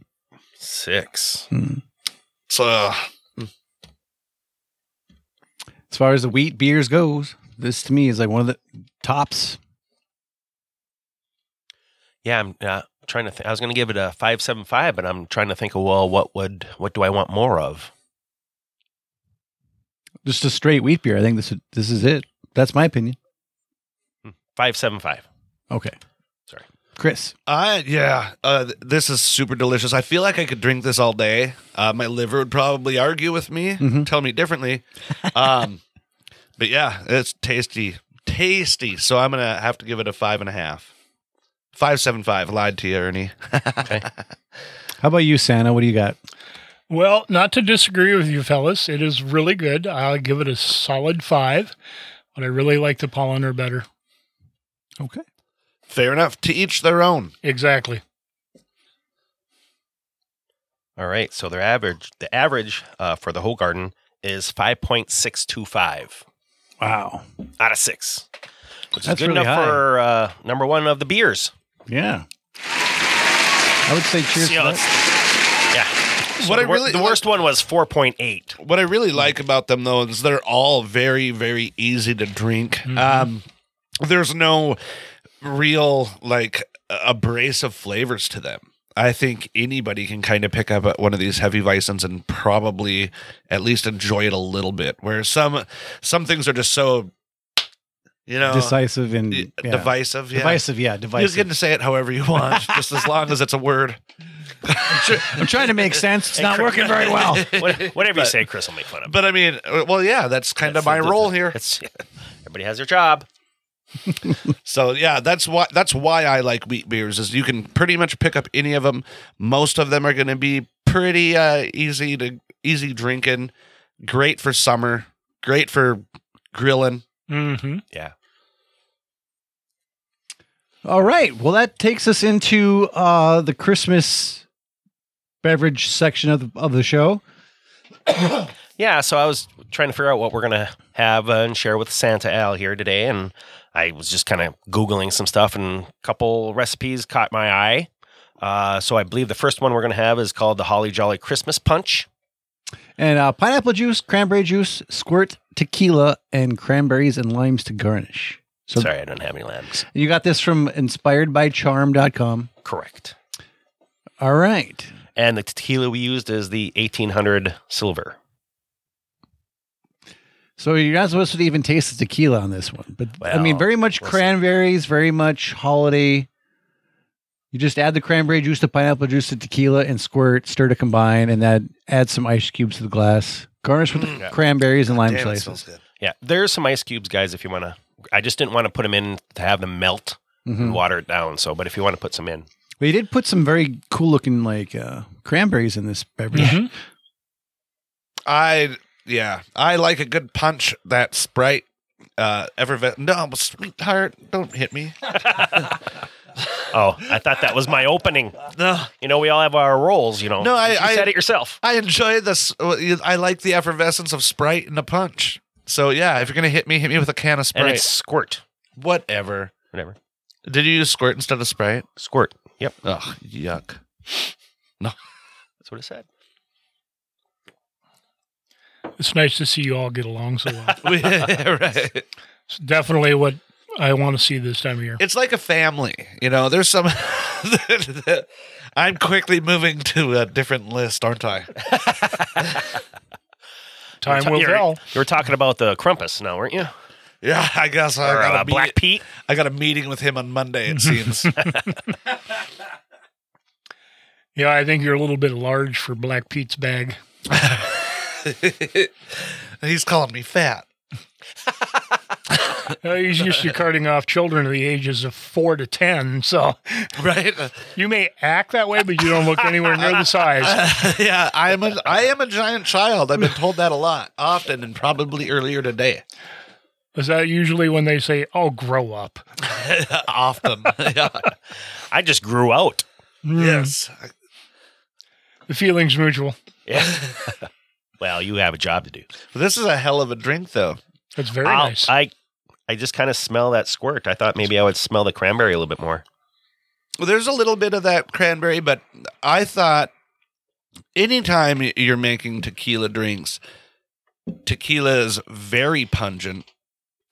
[SPEAKER 1] Six.
[SPEAKER 2] Hmm.
[SPEAKER 3] So uh,
[SPEAKER 2] As far as the wheat beers goes, this to me is like one of the tops.
[SPEAKER 1] Yeah, I'm uh, trying to. Th- I was going to give it a five seven five, but I'm trying to think of well, what would what do I want more of?
[SPEAKER 2] Just a straight wheat beer. I think this this is it. That's my opinion.
[SPEAKER 1] Five seven five.
[SPEAKER 2] Okay.
[SPEAKER 1] Sorry.
[SPEAKER 2] Chris.
[SPEAKER 3] I yeah, uh, th- this is super delicious. I feel like I could drink this all day. Uh, my liver would probably argue with me,
[SPEAKER 2] Mhm.
[SPEAKER 3] tell me differently. Um, but yeah, it's tasty, tasty. So I'm gonna have to give it a five and a half. Five seven five. Lied to you, Ernie.
[SPEAKER 2] How about you, Santa? What do you got?
[SPEAKER 4] Well, not to disagree with you, fellas. It is really good. I'll give it a solid five, but I really like the Polliner better.
[SPEAKER 2] Okay.
[SPEAKER 3] Fair enough. To each their own.
[SPEAKER 4] Exactly.
[SPEAKER 1] All right. So their average, the average uh, for the whole garden is five point six two five
[SPEAKER 2] Wow.
[SPEAKER 1] out of six, which
[SPEAKER 2] That's
[SPEAKER 1] is good
[SPEAKER 2] really
[SPEAKER 1] enough
[SPEAKER 2] high.
[SPEAKER 1] for uh, number one of the beers.
[SPEAKER 2] Yeah. I would say cheers.
[SPEAKER 1] Yeah,
[SPEAKER 2] to
[SPEAKER 1] let's-
[SPEAKER 2] that.
[SPEAKER 1] yeah. So
[SPEAKER 3] What
[SPEAKER 1] the,
[SPEAKER 3] I
[SPEAKER 1] wor-
[SPEAKER 3] really
[SPEAKER 1] the worst one was four point eight.
[SPEAKER 3] what I
[SPEAKER 2] Hmm.
[SPEAKER 3] really like about them though is they're all very very easy to drink.
[SPEAKER 2] Mm-hmm.
[SPEAKER 3] Um, there's no real like abrasive flavors to them. I think anybody can kind of pick up at one of these heavy visons and probably at least enjoy it a little bit. Whereas some some things are just so you know
[SPEAKER 2] Decisive and
[SPEAKER 3] eh,
[SPEAKER 2] yeah.
[SPEAKER 3] divisive. Yeah.
[SPEAKER 2] Divisive, yeah,
[SPEAKER 3] You
[SPEAKER 2] divisive.
[SPEAKER 3] can say it however you want, just as long as it's a word.
[SPEAKER 2] I'm trying to make sense. It's not working very well.
[SPEAKER 1] What- Whatever you say, Chris will make fun of.
[SPEAKER 3] But I mean, uh, well, yeah, that's kind of my role here.
[SPEAKER 1] It's, everybody has their job.
[SPEAKER 3] So yeah, that's why that's why I like wheat beers is you can pretty much pick up any of them. Most of them are going to be pretty uh, easy to easy drinking, great for summer, great for grilling.
[SPEAKER 4] Mm-hmm.
[SPEAKER 2] All right. Well, that takes us into uh, the Christmas beverage section of the, of the show.
[SPEAKER 1] Yeah, so I was trying to figure out what we're gonna have uh, and share with Santa Al here today, and I was just kind of googling some stuff, and a couple recipes caught my eye. Uh, so I believe the first one we're gonna have is called the Holly Jolly Christmas Punch.
[SPEAKER 2] And uh, pineapple juice, cranberry juice, squirt tequila, and cranberries and limes to garnish. So
[SPEAKER 1] Sorry, I don't have any lambs.
[SPEAKER 2] you got this from inspiredbycharm.com.
[SPEAKER 1] Correct.
[SPEAKER 2] All right.
[SPEAKER 1] And the tequila we used is the 1800 silver.
[SPEAKER 2] So you're not supposed to even taste the tequila on this one, but I mean,
[SPEAKER 1] Well,
[SPEAKER 2] very much
[SPEAKER 1] we'll see.
[SPEAKER 2] cranberries, very much holiday. You just add the cranberry juice to pineapple juice to tequila and squirt, stir to combine, and then add some ice cubes to the glass. Garnish with
[SPEAKER 3] Mm.
[SPEAKER 2] cranberries and lime
[SPEAKER 3] Damn, it
[SPEAKER 2] slices.
[SPEAKER 3] smells good.
[SPEAKER 1] Yeah, there's some ice cubes, guys. If you wanna, I just didn't want to put them in to have them melt and
[SPEAKER 3] Hmm.
[SPEAKER 2] Mhm.
[SPEAKER 1] water it down. So, but if you want to put some in,
[SPEAKER 2] They did put some very cool looking like uh, cranberries in this beverage.
[SPEAKER 4] Mm-hmm.
[SPEAKER 3] I yeah, I like a good punch. That Sprite, uh, effervescent. No, sweetheart, don't hit me.
[SPEAKER 1] oh, I thought that was my opening.
[SPEAKER 3] No,
[SPEAKER 1] You know, we all have our roles. You know,
[SPEAKER 3] No, I-
[SPEAKER 1] you
[SPEAKER 3] I-
[SPEAKER 1] said it yourself.
[SPEAKER 3] I enjoy this. I like the effervescence of Sprite and a punch. So yeah, if you're gonna hit me, hit me with a can of Sprite.
[SPEAKER 1] and it's squirt.
[SPEAKER 3] Whatever.
[SPEAKER 1] Whatever.
[SPEAKER 3] Did you use squirt instead of Sprite?
[SPEAKER 1] Squirt. Yep.
[SPEAKER 3] Ugh, yuck.
[SPEAKER 1] That's what it said.
[SPEAKER 4] It's nice to see you all get along so well.
[SPEAKER 3] right.
[SPEAKER 4] it's definitely what I want to see this time of year.
[SPEAKER 3] It's like a family. You know, there's some. I'm quickly moving to a different list, aren't I?
[SPEAKER 4] Time will
[SPEAKER 1] You're-
[SPEAKER 4] tell.
[SPEAKER 1] You were talking about the Crumpus now, weren't you?
[SPEAKER 3] Yeah, I guess I
[SPEAKER 1] or
[SPEAKER 3] got
[SPEAKER 1] uh,
[SPEAKER 3] a
[SPEAKER 1] Black Pete.
[SPEAKER 3] I got a meeting with him on Monday. It seems.
[SPEAKER 4] Yeah, I think you're a little bit large for Black Pete's bag.
[SPEAKER 3] He's calling me fat.
[SPEAKER 4] Uh, he's used to carting off children of the ages of four to ten, so
[SPEAKER 3] Right?
[SPEAKER 4] you may act that way, but you don't look anywhere near the size.
[SPEAKER 3] Uh, yeah, I am a I am a giant child. I've been told that a lot, often, and probably earlier today.
[SPEAKER 4] Is that usually when they say, "Oh, grow up"?
[SPEAKER 3] often. Yeah.
[SPEAKER 1] I just grew out.
[SPEAKER 4] Mm,
[SPEAKER 3] Yes.
[SPEAKER 4] the feeling's mutual.
[SPEAKER 1] Yeah. well, you have a job to do.
[SPEAKER 3] This is a hell of a drink, though.
[SPEAKER 4] That's very
[SPEAKER 1] Ow,
[SPEAKER 4] nice.
[SPEAKER 1] I I just kind of smell that squirt. I thought maybe I would smell the cranberry a little bit more.
[SPEAKER 3] Well, there's a little bit of that cranberry, but I thought anytime you're making tequila drinks, tequila is very pungent,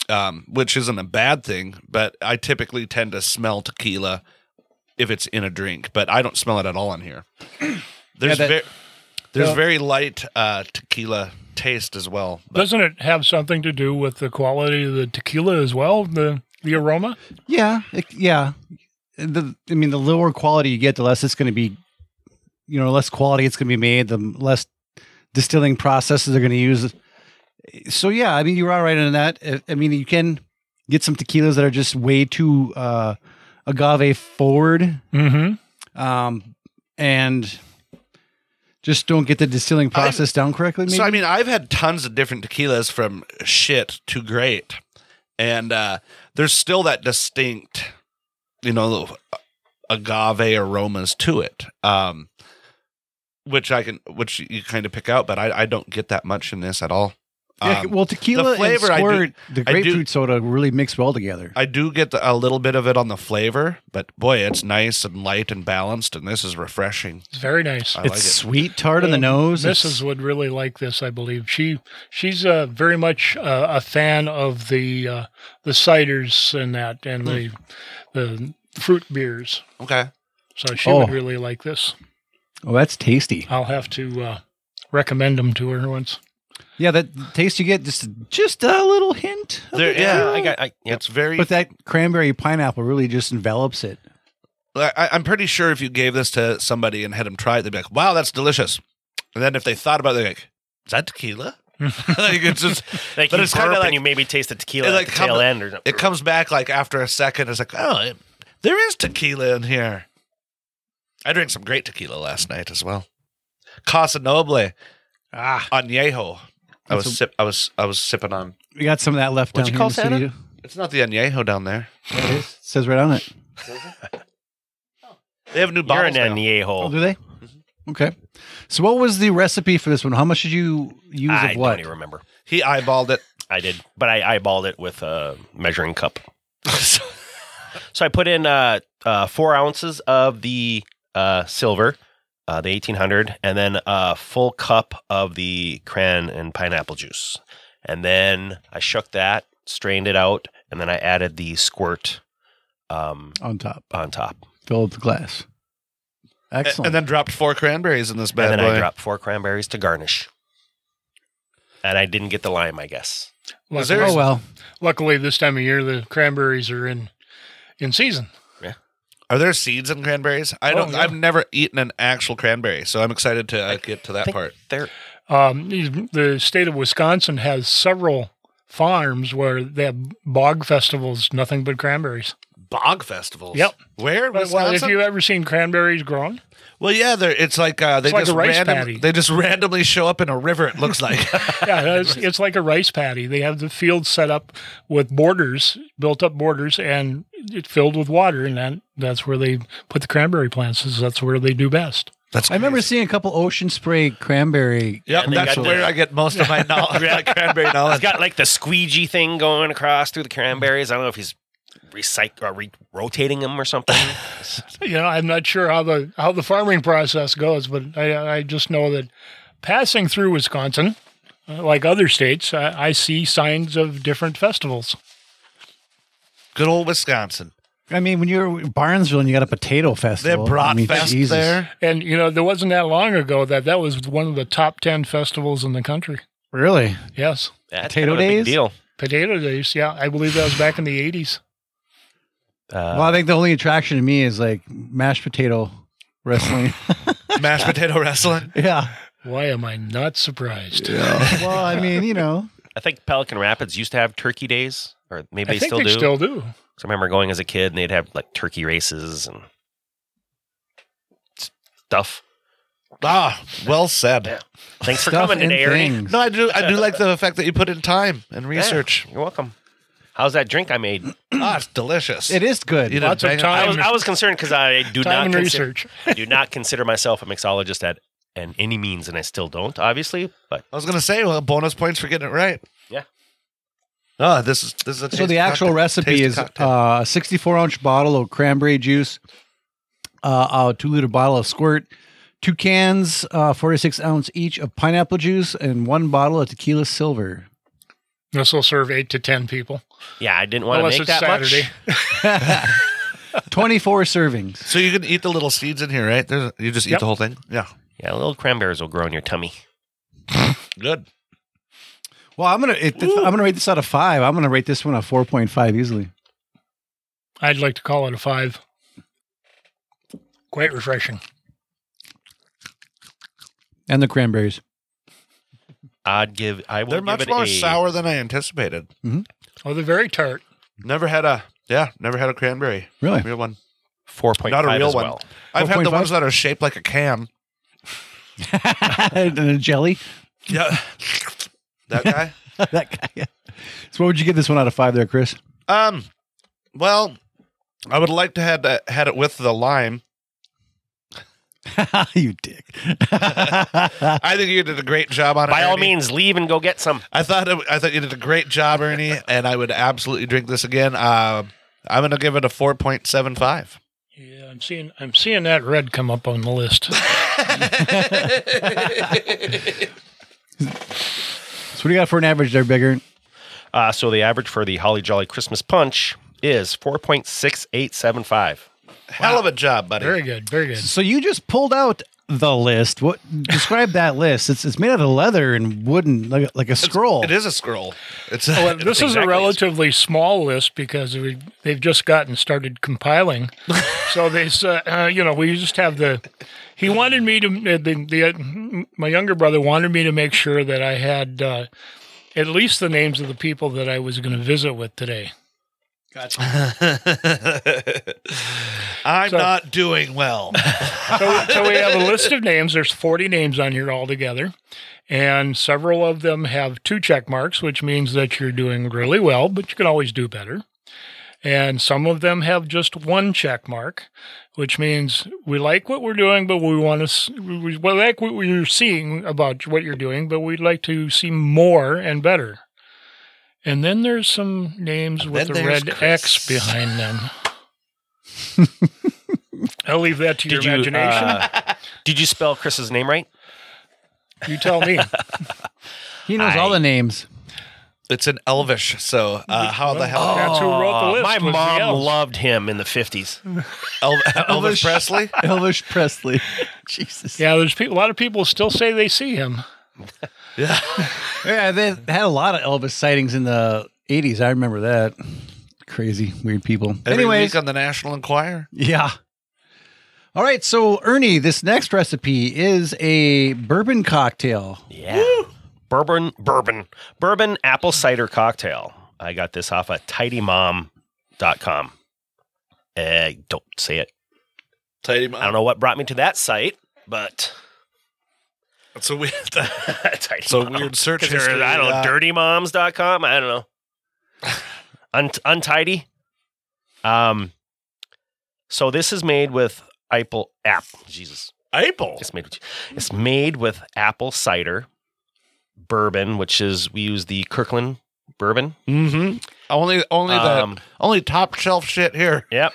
[SPEAKER 3] um, which isn't a bad thing, but I typically tend to smell tequila if it's in a drink, but I don't smell it at all in here. There's,
[SPEAKER 2] Yeah, that-
[SPEAKER 3] ver- there's
[SPEAKER 2] Yeah.
[SPEAKER 3] very light uh, tequila taste as well. But
[SPEAKER 4] Doesn't it have something to do with the quality of the tequila as well? The the aroma.
[SPEAKER 2] Yeah, it- yeah. The, I mean, the lower quality you get, the less it's going to be, you know, less quality it's going to be made, the less distilling processes they're going to use. So yeah, I mean, you're all right on that. I- I mean, you can get some tequilas that are just way too uh, agave forward,
[SPEAKER 4] Mm-hmm.
[SPEAKER 2] um, and just don't get the distilling process down correctly. Maybe.
[SPEAKER 3] So I mean, I've had tons of different tequilas from shit to great, and uh, there's still that distinct, you know, agave aromas to it, um, which I can, which you kind of pick out, but I, I don't get that much in this at all.
[SPEAKER 2] Yeah,
[SPEAKER 3] Um,
[SPEAKER 2] well, tequila
[SPEAKER 3] flavor I
[SPEAKER 2] and
[SPEAKER 3] do-
[SPEAKER 2] squirt, the
[SPEAKER 3] I do-
[SPEAKER 2] grapefruit soda really mix well together.
[SPEAKER 3] I do get the, a little bit of it on the flavor, but boy, it's nice and light and balanced, and this is refreshing.
[SPEAKER 4] It's very nice.
[SPEAKER 3] I
[SPEAKER 2] it's
[SPEAKER 3] like it.
[SPEAKER 2] sweet, tart on the
[SPEAKER 4] Um,
[SPEAKER 2] nose.
[SPEAKER 4] Mrs.
[SPEAKER 2] It's-
[SPEAKER 4] would really like this, I believe. She she's uh, very much uh, a fan of the uh, the ciders and that and the the fruit beers.
[SPEAKER 3] Okay,
[SPEAKER 4] So she
[SPEAKER 2] Oh.
[SPEAKER 4] would really like this.
[SPEAKER 2] oh, that's tasty.
[SPEAKER 4] I'll have to uh, recommend them to her once.
[SPEAKER 2] Yeah, that taste you get just just a little hint. of
[SPEAKER 3] There-
[SPEAKER 2] it.
[SPEAKER 3] yeah,
[SPEAKER 1] I got. I, yep.
[SPEAKER 3] it's very
[SPEAKER 2] But that cranberry pineapple really just envelops it.
[SPEAKER 3] I, I- I'm pretty sure if you gave this to somebody and had them try it, they'd be like, "Wow, that's delicious." And then if they thought about it, they're like, "Is that tequila?" like it's just
[SPEAKER 1] Like
[SPEAKER 3] but
[SPEAKER 1] you
[SPEAKER 3] it's
[SPEAKER 1] burp
[SPEAKER 3] kinda like-
[SPEAKER 1] and you maybe taste the tequila
[SPEAKER 3] it
[SPEAKER 1] at
[SPEAKER 3] like
[SPEAKER 1] the
[SPEAKER 3] come-
[SPEAKER 1] tail end or something.
[SPEAKER 3] it comes back like after a second. It's like, "Oh, it, there is tequila in here." I drank some great tequila last night as well. Casa Noble
[SPEAKER 2] Ah,
[SPEAKER 3] añejo. I
[SPEAKER 2] That's
[SPEAKER 3] was sip, I was I was sipping on.
[SPEAKER 2] we got some of that left down
[SPEAKER 1] What'd you
[SPEAKER 2] here
[SPEAKER 1] call
[SPEAKER 2] in the
[SPEAKER 1] Santa?
[SPEAKER 2] studio.
[SPEAKER 3] It's not the añejo down there.
[SPEAKER 2] There it is. It says right on it.
[SPEAKER 3] They have new
[SPEAKER 1] You're an E
[SPEAKER 3] bottles now.
[SPEAKER 2] Oh,
[SPEAKER 1] añejo.
[SPEAKER 2] do they? Okay. So, what was the recipe for this one? How much did you use
[SPEAKER 1] I
[SPEAKER 2] of what?
[SPEAKER 1] don't even remember.
[SPEAKER 3] He eyeballed it.
[SPEAKER 1] I did, but I eyeballed it with a measuring cup. So I put in uh, uh, four ounces of the uh, silver, uh, the 1800, and then a full cup of the cran and pineapple juice. And then I shook that, strained it out, and then I added the squirt um,
[SPEAKER 2] on top,
[SPEAKER 1] on top.
[SPEAKER 2] fill up the glass.
[SPEAKER 3] and,
[SPEAKER 2] Excellent.
[SPEAKER 3] and then dropped four cranberries in this bad
[SPEAKER 1] and then
[SPEAKER 3] boy.
[SPEAKER 1] I dropped four cranberries to garnish. And I didn't get the lime, I guess.
[SPEAKER 3] Was
[SPEAKER 4] Luckily-
[SPEAKER 3] there-
[SPEAKER 2] oh well,
[SPEAKER 4] Luckily, this time of year the cranberries are in in season.
[SPEAKER 3] Are there seeds in cranberries? I
[SPEAKER 4] Oh,
[SPEAKER 3] don't.
[SPEAKER 4] yeah.
[SPEAKER 3] I've never eaten an actual cranberry, so I'm excited to uh, get to that
[SPEAKER 1] think-
[SPEAKER 3] part.
[SPEAKER 1] There,
[SPEAKER 4] Um, the state of Wisconsin has several farms where they have bog festivals, nothing but cranberries.
[SPEAKER 3] Bog festivals.
[SPEAKER 4] Yep.
[SPEAKER 3] Where?
[SPEAKER 4] Well,
[SPEAKER 3] Wisconsin? Well,
[SPEAKER 4] if you ever seen cranberries grown,
[SPEAKER 3] yeah, they're, it's like uh, they
[SPEAKER 4] It's like
[SPEAKER 3] just
[SPEAKER 4] a rice
[SPEAKER 3] random-
[SPEAKER 4] paddy.
[SPEAKER 3] they just randomly show up in a river. It looks like.
[SPEAKER 4] yeah, it's, it's like a rice paddy. They have the field set up with borders, built up borders, and it's filled with water, and that, that's where they put the cranberry plants. Is that's where they do best.
[SPEAKER 3] That's.
[SPEAKER 2] I remember seeing a couple ocean spray cranberry.
[SPEAKER 3] Yep,
[SPEAKER 1] and they
[SPEAKER 3] that's
[SPEAKER 1] got
[SPEAKER 3] where
[SPEAKER 1] the-
[SPEAKER 3] I get most of my knowledge, my cranberry
[SPEAKER 1] He's
[SPEAKER 3] knowledge.
[SPEAKER 1] got like the squeegee thing going across through the cranberries. I don't know if he's recyc- or re- rotating them or something.
[SPEAKER 4] you know, I'm not sure how the how the farming process goes, but I, I just know that passing through Wisconsin, uh, like other states, I, I see signs of different festivals.
[SPEAKER 3] Good old Wisconsin.
[SPEAKER 2] I mean, when you're in Barnesville and you got a potato
[SPEAKER 3] They
[SPEAKER 2] festival,
[SPEAKER 3] have brought
[SPEAKER 2] I mean,
[SPEAKER 3] fest
[SPEAKER 2] Jesus.
[SPEAKER 3] there.
[SPEAKER 4] And you know, there wasn't that long ago that that was one of the top ten festivals in the country.
[SPEAKER 2] Really?
[SPEAKER 4] Yes,
[SPEAKER 1] That's
[SPEAKER 2] Potato
[SPEAKER 1] kind of a big
[SPEAKER 2] days?
[SPEAKER 1] deal.
[SPEAKER 4] Potato Days. Yeah, I believe that was back in the '80s.
[SPEAKER 1] Uh,
[SPEAKER 2] well, I think the only attraction to me is like mashed potato wrestling.
[SPEAKER 3] Mashed potato wrestling.
[SPEAKER 2] yeah.
[SPEAKER 4] Why am I not surprised?
[SPEAKER 2] Well, I mean, you know,
[SPEAKER 1] I think Pelican Rapids used to have turkey days, or maybe
[SPEAKER 4] I
[SPEAKER 1] they
[SPEAKER 4] think
[SPEAKER 1] still
[SPEAKER 4] they
[SPEAKER 1] do.
[SPEAKER 4] still do.
[SPEAKER 1] 'Cause I remember going as a kid and they'd have like turkey races and s- stuff.
[SPEAKER 3] Ah, well said.
[SPEAKER 1] Thanks for
[SPEAKER 2] stuff
[SPEAKER 1] coming
[SPEAKER 2] and
[SPEAKER 1] today, Ernie.
[SPEAKER 2] things.
[SPEAKER 3] No, I do. I do like the fact that you put in time and research.
[SPEAKER 1] Yeah, you're welcome. How's that drink I made?
[SPEAKER 3] Ah, it's delicious.
[SPEAKER 2] It is good.
[SPEAKER 3] You did
[SPEAKER 4] Lots of
[SPEAKER 3] bang-
[SPEAKER 4] time.
[SPEAKER 1] I was, I was concerned because I do
[SPEAKER 4] Time
[SPEAKER 1] not
[SPEAKER 4] and
[SPEAKER 1] consider,
[SPEAKER 4] research.
[SPEAKER 1] I do not consider myself a mixologist at and any means, and I still don't, obviously. But
[SPEAKER 3] I was gonna say, well, bonus points for getting it right.
[SPEAKER 1] Yeah.
[SPEAKER 3] Oh, this is this is a
[SPEAKER 2] So
[SPEAKER 3] tasty
[SPEAKER 2] the actual
[SPEAKER 3] cocktail.
[SPEAKER 2] recipe
[SPEAKER 3] Tasty
[SPEAKER 2] is uh,
[SPEAKER 3] cocktail.
[SPEAKER 2] a 64 ounce bottle of cranberry juice, uh, a two liter bottle of squirt, two cans, uh, 46 ounce each of pineapple juice, and one bottle of tequila silver.
[SPEAKER 4] This will serve eight to ten people,
[SPEAKER 1] yeah, I didn't want to
[SPEAKER 4] unless
[SPEAKER 1] make
[SPEAKER 4] it's
[SPEAKER 1] that
[SPEAKER 4] Saturday.
[SPEAKER 1] much.
[SPEAKER 2] 24 servings.
[SPEAKER 3] so you can eat the little seeds in here, right? There's, you just eat
[SPEAKER 4] Yep.
[SPEAKER 3] the whole thing. Yeah,
[SPEAKER 1] Yeah, little cranberries will grow in your tummy.
[SPEAKER 3] good.
[SPEAKER 2] Well, I'm gonna it, I'm gonna rate this out of five. I'm gonna rate this one a 4.5 easily.
[SPEAKER 4] I'd like to call it a five. Quite refreshing.
[SPEAKER 2] And the cranberries.
[SPEAKER 1] I'd give. I will
[SPEAKER 3] They're
[SPEAKER 1] give
[SPEAKER 3] much
[SPEAKER 1] it
[SPEAKER 3] more
[SPEAKER 1] a,
[SPEAKER 3] sour than I anticipated.
[SPEAKER 4] Oh, they're very tart.
[SPEAKER 3] Never had a yeah, never had a cranberry
[SPEAKER 2] Really?
[SPEAKER 3] real one.
[SPEAKER 1] Four point
[SPEAKER 3] Not
[SPEAKER 1] five
[SPEAKER 3] a real
[SPEAKER 1] as
[SPEAKER 3] one.
[SPEAKER 1] well.
[SPEAKER 3] I've had the
[SPEAKER 2] 4.5?
[SPEAKER 3] ones that are shaped like a can.
[SPEAKER 2] and a jelly.
[SPEAKER 3] Yeah, that guy.
[SPEAKER 2] That guy. yeah. So what would you give this one out of five there, Chris?
[SPEAKER 3] Um, well, I would like to had uh, had it with the lime.
[SPEAKER 2] you dick.
[SPEAKER 3] I think you did a great job on it.
[SPEAKER 1] By all
[SPEAKER 3] Ernie.
[SPEAKER 1] means, leave and go get some.
[SPEAKER 3] I thought it, I thought you did a great job, Ernie, and I would absolutely drink this again. Uh, I'm going to give it a 4.75.
[SPEAKER 4] Yeah, I'm seeing I'm seeing that red come up on the list.
[SPEAKER 2] So what do you got for an average there, Bigger?
[SPEAKER 1] Uh, so the average for the Holly Jolly Christmas Punch is four point six eight seven five.
[SPEAKER 3] Hell of a job, buddy.
[SPEAKER 4] Very good, very good.
[SPEAKER 2] So you just pulled out the list. What describe that list? It's it's made out of leather and wooden, like, like a scroll.
[SPEAKER 3] It is a scroll. It's
[SPEAKER 4] Well, this is a
[SPEAKER 1] exactly.
[SPEAKER 4] relatively small list because we, they've just gotten started compiling. so they, s- uh, uh, you know, we just have the. He wanted me to. Uh, the, the, uh, my younger brother wanted me to make sure that I had uh, at least the names of the people that I was going to visit with today.
[SPEAKER 3] I'm
[SPEAKER 4] So-
[SPEAKER 3] not doing well.
[SPEAKER 4] so, so we have a list of names. There's 40 names on here altogether, and several of them have two check marks, which means that you're doing really well, but you can always do better. And some of them have just one check mark, which means we like what we're doing, but we want to we we like what we're seeing about what you're doing, but we'd like to see more and better. And then there's some names with
[SPEAKER 3] then
[SPEAKER 4] a
[SPEAKER 3] there's
[SPEAKER 4] red
[SPEAKER 3] Chris.
[SPEAKER 4] X behind them. I'll leave that to your imagination.
[SPEAKER 1] uh, did you spell Chris's name right?
[SPEAKER 4] You tell me.
[SPEAKER 2] he knows all the names.
[SPEAKER 3] It's an elvish. So uh, how the hell?
[SPEAKER 4] That's who wrote the
[SPEAKER 1] Uh,
[SPEAKER 4] list.
[SPEAKER 1] my
[SPEAKER 4] was the
[SPEAKER 1] mom
[SPEAKER 4] elves.
[SPEAKER 1] loved him in the fifties.
[SPEAKER 3] El- Elvis Presley?
[SPEAKER 2] Elvis Presley. Jesus. Yeah.
[SPEAKER 4] Yeah, there's pe- a lot of people still say they see him.
[SPEAKER 3] Yeah.
[SPEAKER 2] they had a lot of Elvis sightings in the eighties. I remember that. Crazy, weird people.
[SPEAKER 3] Every
[SPEAKER 2] Anyways,
[SPEAKER 3] week on the National Enquirer.
[SPEAKER 2] yeah. All right, so Ernie, this next recipe is a bourbon cocktail.
[SPEAKER 1] Yeah. Bourbon, bourbon, bourbon apple cider cocktail. I got this off of tidymom.com. Uh, don't say it.
[SPEAKER 3] Tidy
[SPEAKER 1] I don't know what brought me to that site, but
[SPEAKER 3] It's a weird,
[SPEAKER 1] Tidy
[SPEAKER 3] it's a
[SPEAKER 1] Mom.
[SPEAKER 3] weird search
[SPEAKER 1] 'Cause there-
[SPEAKER 3] history.
[SPEAKER 1] I don't know,
[SPEAKER 3] uh,
[SPEAKER 1] dirtymoms.com. I don't know. Unt- untidy. Um, so this is made with apple app. Jesus.
[SPEAKER 3] Apple.
[SPEAKER 1] It's made with, it's made with apple cider bourbon, which is we use the Kirkland bourbon.
[SPEAKER 3] Mm-hmm. Only, only
[SPEAKER 1] Um,
[SPEAKER 3] the only top shelf shit here.
[SPEAKER 1] Yep.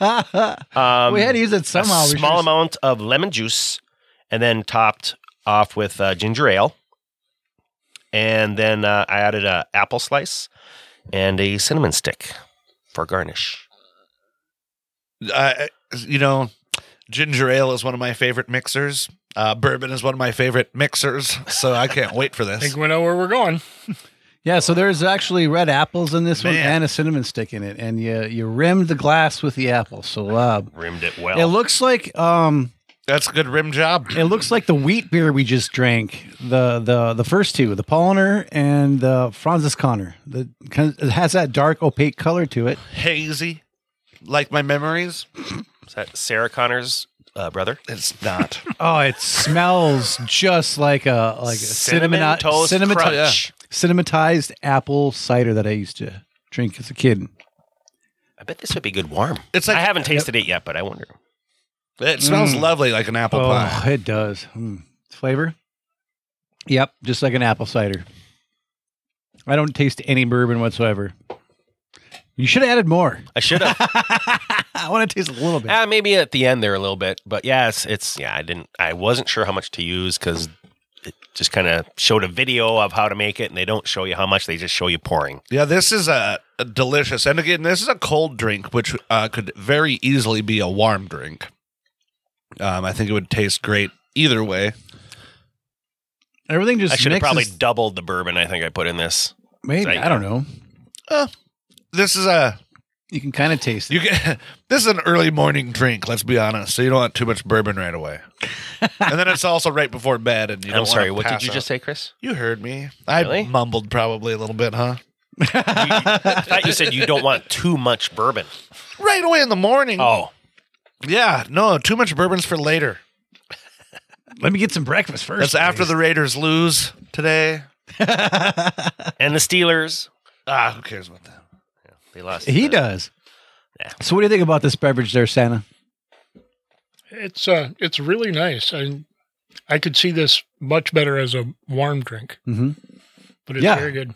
[SPEAKER 1] Um,
[SPEAKER 2] we had to use it
[SPEAKER 1] a
[SPEAKER 2] somehow. We should've-
[SPEAKER 1] small amount of lemon juice, and then topped off with uh, ginger ale, and then uh, I added a apple slice and a cinnamon stick for garnish.
[SPEAKER 3] Uh, you know, ginger ale is one of my favorite mixers. Uh, bourbon is one of my favorite mixers. So I can't wait for
[SPEAKER 4] I
[SPEAKER 3] this.
[SPEAKER 4] think we know where we're going.
[SPEAKER 2] Yeah, so there's actually red apples in this one
[SPEAKER 3] Man.
[SPEAKER 2] and a cinnamon stick in it, and you you rimmed the glass with the apple. So uh,
[SPEAKER 1] Rimmed it well.
[SPEAKER 2] it looks like um
[SPEAKER 3] That's a good rim job.
[SPEAKER 2] it looks like the wheat beer we just drank the the the first two the Polliner and the Francis Connor. The it has that dark opaque color to it.
[SPEAKER 3] Hazy, like my memories.
[SPEAKER 1] Is that Sarah Connor's uh, brother?
[SPEAKER 3] It's not.
[SPEAKER 2] Oh, it smells just like a like a
[SPEAKER 1] Cinnamon
[SPEAKER 2] cinnamon uh,
[SPEAKER 1] Toast
[SPEAKER 2] cinnamon-
[SPEAKER 1] Crunch.
[SPEAKER 2] cinnamatized apple cider that I used to drink as a kid.
[SPEAKER 1] I bet this would be good warm.
[SPEAKER 3] It's like-
[SPEAKER 1] I haven't tasted it yet, but I wonder.
[SPEAKER 3] It smells lovely like an apple
[SPEAKER 2] Oh,
[SPEAKER 3] pie.
[SPEAKER 2] it does. Mm. Flavor? Yep, just like an apple cider. I don't taste any bourbon whatsoever. You should have added more.
[SPEAKER 1] I should have.
[SPEAKER 2] I want to taste a little bit.
[SPEAKER 1] Ah, maybe at the end there a little bit, but yeah, it's, it's yeah. I didn't. I wasn't sure how much to use because it just kind of showed a video of how to make it, and they don't show you how much. They just show you pouring.
[SPEAKER 3] Yeah, this is a, a delicious. And again, this is a cold drink, which uh, could very easily be a warm drink. Um, I think it would taste great either way.
[SPEAKER 2] Everything just
[SPEAKER 1] I should have
[SPEAKER 2] mixes-
[SPEAKER 1] probably doubled the bourbon. I think I put in this.
[SPEAKER 2] maybe
[SPEAKER 1] Right.
[SPEAKER 2] I don't know.
[SPEAKER 3] This is a
[SPEAKER 2] You can kind of taste it.
[SPEAKER 3] you get this is an early morning drink. Let's be honest. So you don't want too much bourbon right away. and then it's also right before bed. And you don't
[SPEAKER 1] I'm
[SPEAKER 3] wanna
[SPEAKER 1] sorry. What
[SPEAKER 3] pass
[SPEAKER 1] did you
[SPEAKER 3] out.
[SPEAKER 1] just say, Chris?
[SPEAKER 3] You heard me. I
[SPEAKER 1] Really?
[SPEAKER 3] mumbled probably a little bit, huh?
[SPEAKER 1] I thought you said you don't want too much bourbon.
[SPEAKER 3] Right away in the morning.
[SPEAKER 1] Oh,
[SPEAKER 3] Yeah, no, too much bourbon's for later.
[SPEAKER 2] Let me get some breakfast first.
[SPEAKER 3] That's after the Raiders lose today.
[SPEAKER 1] and the Steelers.
[SPEAKER 3] Ah, who cares about that?
[SPEAKER 1] They lost.
[SPEAKER 2] he
[SPEAKER 1] Uh,
[SPEAKER 2] does.
[SPEAKER 1] Yeah.
[SPEAKER 2] So what do you think about this beverage there, Santa?
[SPEAKER 4] It's uh, it's really nice. I I could see this much better as a warm drink,
[SPEAKER 2] Mm-hmm.
[SPEAKER 4] but it's
[SPEAKER 2] Yeah.
[SPEAKER 4] very good.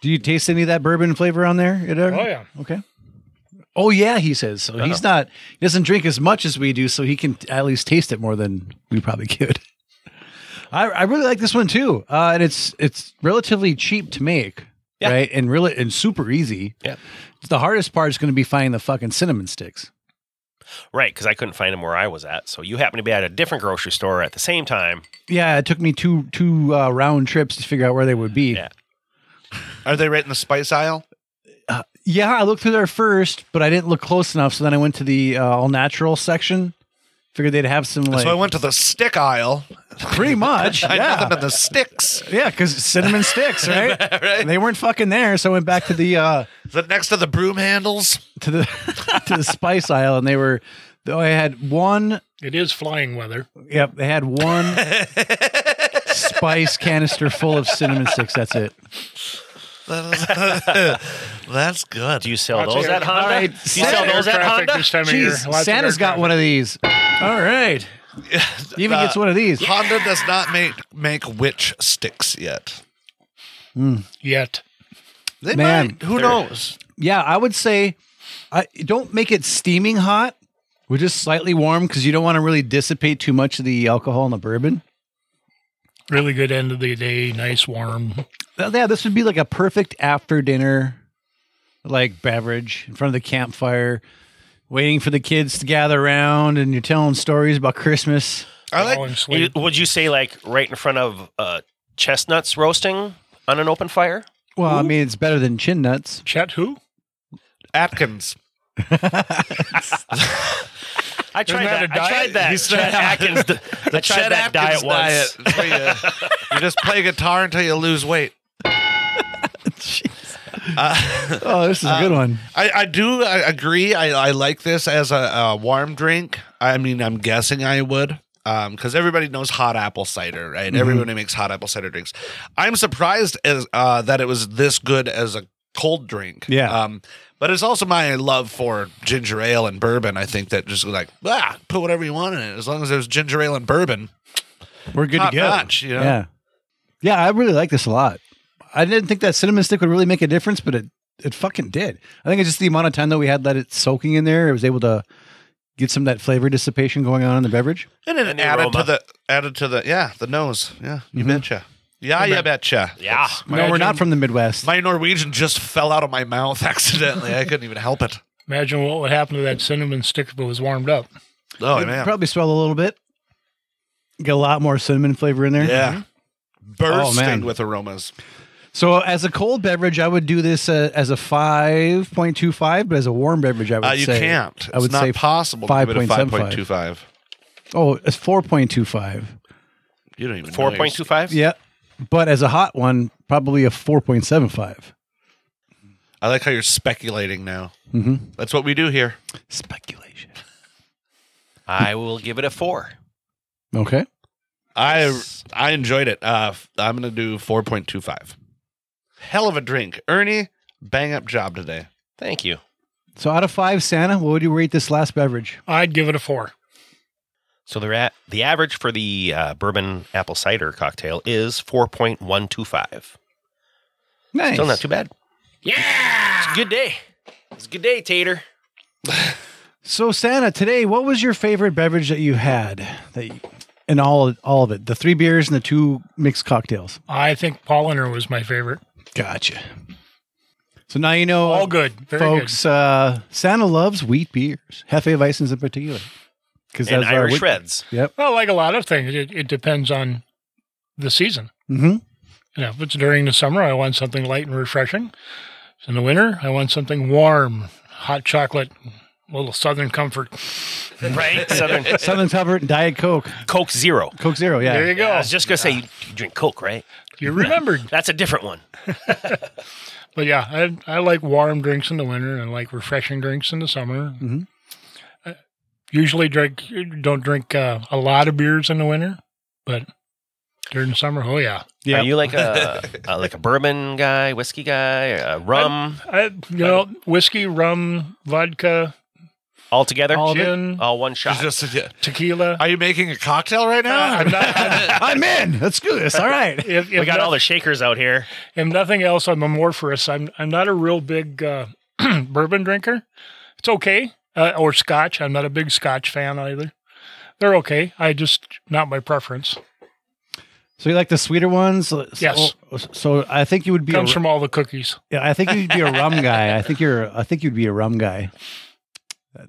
[SPEAKER 2] Do you taste any of that bourbon flavor on there? at all?
[SPEAKER 4] Oh yeah,
[SPEAKER 2] Okay. Oh yeah, he says. So he's
[SPEAKER 1] Uh-huh.
[SPEAKER 2] not he doesn't drink as much as we do, so he can at least taste it more than we probably could. I, I really like this one too. Uh, and it's it's relatively cheap to make.
[SPEAKER 1] Yeah.
[SPEAKER 2] Right? And really and super easy.
[SPEAKER 1] Yeah.
[SPEAKER 2] The hardest part is gonna be finding the fucking cinnamon sticks.
[SPEAKER 1] Right, because I couldn't find them where I was at. So you happen to be at a different grocery store at the same time.
[SPEAKER 2] Yeah, it took me two two uh, round trips to figure out where they would be.
[SPEAKER 1] Yeah.
[SPEAKER 3] Are they right in the spice aisle?
[SPEAKER 2] Yeah, I looked through there first, but I didn't look close enough. So then I went to the uh, all natural section. Figured they'd have some like
[SPEAKER 3] so I went to the stick aisle.
[SPEAKER 2] pretty much.
[SPEAKER 3] I
[SPEAKER 2] yeah.
[SPEAKER 3] had nothing in the sticks.
[SPEAKER 2] Yeah, because cinnamon sticks, right?
[SPEAKER 3] Right?
[SPEAKER 2] They weren't fucking there, so I went back to the uh,
[SPEAKER 3] Is it next to the broom handles?
[SPEAKER 2] to the to the spice aisle, and they were. Oh, I had one.
[SPEAKER 4] it is flying weather.
[SPEAKER 2] Yep, they had one spice canister full of cinnamon sticks. That's it.
[SPEAKER 3] That's good.
[SPEAKER 1] Do you sell
[SPEAKER 4] Lots of
[SPEAKER 1] those
[SPEAKER 4] air-
[SPEAKER 1] at Honda?
[SPEAKER 4] All right,
[SPEAKER 1] Do you
[SPEAKER 4] Lots
[SPEAKER 1] sell
[SPEAKER 4] of air
[SPEAKER 1] those at
[SPEAKER 4] traffic
[SPEAKER 1] Honda?
[SPEAKER 4] this time of year.
[SPEAKER 2] Jeez,
[SPEAKER 4] Lots of
[SPEAKER 2] Santa's
[SPEAKER 4] air
[SPEAKER 2] got
[SPEAKER 4] traffic.
[SPEAKER 2] one of these. All right, he
[SPEAKER 1] Uh,
[SPEAKER 3] Uh,
[SPEAKER 2] even gets one of these.
[SPEAKER 3] Honda does not make make witch sticks yet.
[SPEAKER 4] yet.
[SPEAKER 3] They
[SPEAKER 2] Man.
[SPEAKER 3] might. Who knows?
[SPEAKER 2] Yeah, I would say, I don't make it steaming hot. We're just slightly warm because you don't want to really dissipate too much of the alcohol in the bourbon.
[SPEAKER 4] Really good end of the day. Nice warm.
[SPEAKER 2] Uh, yeah, this would be like a perfect after dinner, like beverage in front of the campfire, waiting for the kids to gather around, and you're telling stories about Christmas.
[SPEAKER 3] I
[SPEAKER 4] Fall
[SPEAKER 3] like.
[SPEAKER 4] and
[SPEAKER 1] You-
[SPEAKER 4] sleep.
[SPEAKER 1] Would you say like right in front of uh, chestnuts roasting on an open fire?
[SPEAKER 2] Well, I mean, it's better than chin nuts.
[SPEAKER 4] Chet who?
[SPEAKER 3] Atkins.
[SPEAKER 1] I tried
[SPEAKER 4] that
[SPEAKER 1] that.
[SPEAKER 4] a
[SPEAKER 1] I
[SPEAKER 4] diet?
[SPEAKER 1] tried that.
[SPEAKER 3] He's
[SPEAKER 1] Chet
[SPEAKER 3] not-
[SPEAKER 1] Atkins. The, I tried
[SPEAKER 3] Chet
[SPEAKER 1] that
[SPEAKER 3] Atkins
[SPEAKER 1] diet once.
[SPEAKER 3] diet. It's where you, you just play guitar until you lose weight. Uh,
[SPEAKER 2] Oh, this is a good one.
[SPEAKER 3] I, I do I agree. I, I like this as a, a warm drink. I mean, I'm guessing I would. Because everybody knows hot apple cider, right?
[SPEAKER 2] Mm-hmm.
[SPEAKER 3] Everybody makes hot apple cider drinks. I'm surprised as uh, that it was this good as a cold drink.
[SPEAKER 2] Yeah.
[SPEAKER 3] Um, but it's also my love for ginger ale and bourbon. I think that just like, ah, put whatever you want in it. As long as there's ginger ale and bourbon,
[SPEAKER 2] We're good
[SPEAKER 3] top
[SPEAKER 2] to go.
[SPEAKER 3] notch, you know?
[SPEAKER 2] Yeah, yeah, I really like this a lot. I didn't think that cinnamon stick would really make a difference, but it it fucking did. I think it's just the amount of time that we had let it soaking in there. It was able to get some of that flavor dissipation going on in the beverage.
[SPEAKER 3] And it
[SPEAKER 1] And the
[SPEAKER 3] added to
[SPEAKER 1] aroma.
[SPEAKER 3] the added to the yeah the nose. Yeah, you
[SPEAKER 2] Mhm.
[SPEAKER 3] betcha. Yeah, you betcha.
[SPEAKER 1] Yeah.
[SPEAKER 2] No, we're not from the Midwest.
[SPEAKER 3] My Norwegian just fell out of my mouth accidentally. I couldn't even help it.
[SPEAKER 4] Imagine what would happen to that cinnamon stick if it was warmed up.
[SPEAKER 3] Oh
[SPEAKER 2] It'd
[SPEAKER 3] man,
[SPEAKER 2] probably swell a little bit. Get a lot more cinnamon flavor in there.
[SPEAKER 3] yeah,
[SPEAKER 2] Oh,
[SPEAKER 3] bursting
[SPEAKER 2] man.
[SPEAKER 3] with aromas.
[SPEAKER 2] So as a cold beverage, I would do this uh, as a five point two five, but as a warm beverage, I would
[SPEAKER 3] Uh, you
[SPEAKER 2] say
[SPEAKER 3] can't. It's
[SPEAKER 2] I would
[SPEAKER 3] not
[SPEAKER 2] say
[SPEAKER 3] possible. to give it a
[SPEAKER 2] 5.75.
[SPEAKER 3] 5.25.
[SPEAKER 2] Oh, it's four point two five.
[SPEAKER 3] You don't even know
[SPEAKER 1] Four
[SPEAKER 3] yours.
[SPEAKER 1] point two five.
[SPEAKER 2] Yeah, but as a hot one, probably a four point seven five.
[SPEAKER 3] I like how you're speculating now.
[SPEAKER 2] Mm-hmm.
[SPEAKER 3] That's what we do here.
[SPEAKER 2] Speculation.
[SPEAKER 1] I will give it a four.
[SPEAKER 2] Okay.
[SPEAKER 3] I I enjoyed it. Uh, f- I'm gonna do 4.25. Hell of a drink, Ernie. Bang up job today.
[SPEAKER 1] Thank you.
[SPEAKER 2] So out of five, Santa, what would you rate this last beverage?
[SPEAKER 4] I'd give it a four.
[SPEAKER 1] So the ra- the average for the uh, bourbon apple cider cocktail is four point one two five.
[SPEAKER 2] Nice.
[SPEAKER 1] Still not too bad. Yeah, it's a good day. It's a good day, Tater.
[SPEAKER 2] So Santa, today, what was your favorite beverage that you had? That you, and all all of it, the three beers and the two mixed cocktails.
[SPEAKER 4] I think Polliner was my favorite.
[SPEAKER 2] Gotcha. So now you know,
[SPEAKER 4] All good. Very
[SPEAKER 2] folks. Uh, Santa loves wheat beers, Hefe Weissens in particular, because
[SPEAKER 1] And Irish
[SPEAKER 2] wheat-
[SPEAKER 1] Reds.
[SPEAKER 2] Yep.
[SPEAKER 4] good. Well, like a lot of things, it, it depends on the season.
[SPEAKER 2] hmm
[SPEAKER 4] You know, if it's during the summer, I want something light and refreshing. In the winter, I want something warm, hot chocolate, a little southern comfort.
[SPEAKER 1] Right? Southern
[SPEAKER 2] Southern Comfort and Diet Coke,
[SPEAKER 1] Coke Zero.
[SPEAKER 2] Coke Zero.
[SPEAKER 4] There
[SPEAKER 2] Yeah.
[SPEAKER 4] you go.
[SPEAKER 1] I was just gonna say you, you drink Coke, right?
[SPEAKER 4] you remembered.
[SPEAKER 1] That's a different one.
[SPEAKER 4] But yeah, I I like warm drinks in the winter and I like refreshing drinks in the summer.
[SPEAKER 2] Mhm.
[SPEAKER 4] I usually drink don't drink uh, a lot of beers in the winter, but during the summer, oh yeah,
[SPEAKER 1] Are you like a, a like a bourbon guy, whiskey guy, a rum
[SPEAKER 4] I you know whiskey, rum, vodka,
[SPEAKER 1] all together?
[SPEAKER 2] All of it?
[SPEAKER 4] gin,
[SPEAKER 1] All one
[SPEAKER 3] It's
[SPEAKER 1] shot.
[SPEAKER 3] just a-
[SPEAKER 4] tequila.
[SPEAKER 3] are you making a cocktail right now?
[SPEAKER 4] Uh, I'm not, I'm-
[SPEAKER 2] I'm in. Let's do this. All right.
[SPEAKER 4] if, if
[SPEAKER 1] we got
[SPEAKER 4] no-
[SPEAKER 1] all the shakers out here.
[SPEAKER 4] if nothing else, I'm amorphous. I'm I'm not a real big uh, bourbon drinker. It's okay, uh, or Scotch. I'm not a big Scotch fan either. They're okay. I just not my preference.
[SPEAKER 2] So you like the sweeter ones? So-
[SPEAKER 4] Yes.
[SPEAKER 2] So, so I think you would be. A,
[SPEAKER 4] Comes from all the cookies.
[SPEAKER 2] yeah, I think you'd be a rum guy. I think you're. I think you'd be a rum guy.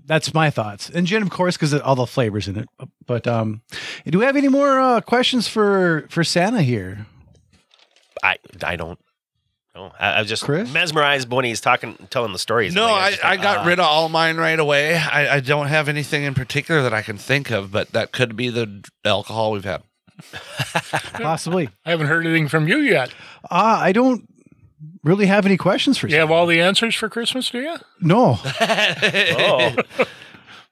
[SPEAKER 2] That's my thoughts. And gin, of course, because all the flavors in it. But um, do we have any more uh, questions for for Santa here?
[SPEAKER 1] I I don't know. I, I was just
[SPEAKER 2] Chris?
[SPEAKER 1] mesmerized when he's talking, telling the stories.
[SPEAKER 3] No, I, "Ah." I got
[SPEAKER 1] rid of.
[SPEAKER 3] rid of all mine right away. I, I don't have anything in particular that I can think of, but that could be the alcohol we've had.
[SPEAKER 2] Possibly.
[SPEAKER 4] I haven't heard anything from you yet.
[SPEAKER 2] Uh, I don't really have any questions for
[SPEAKER 4] You have all the answers for Christmas, do you?
[SPEAKER 2] No.
[SPEAKER 1] Oh,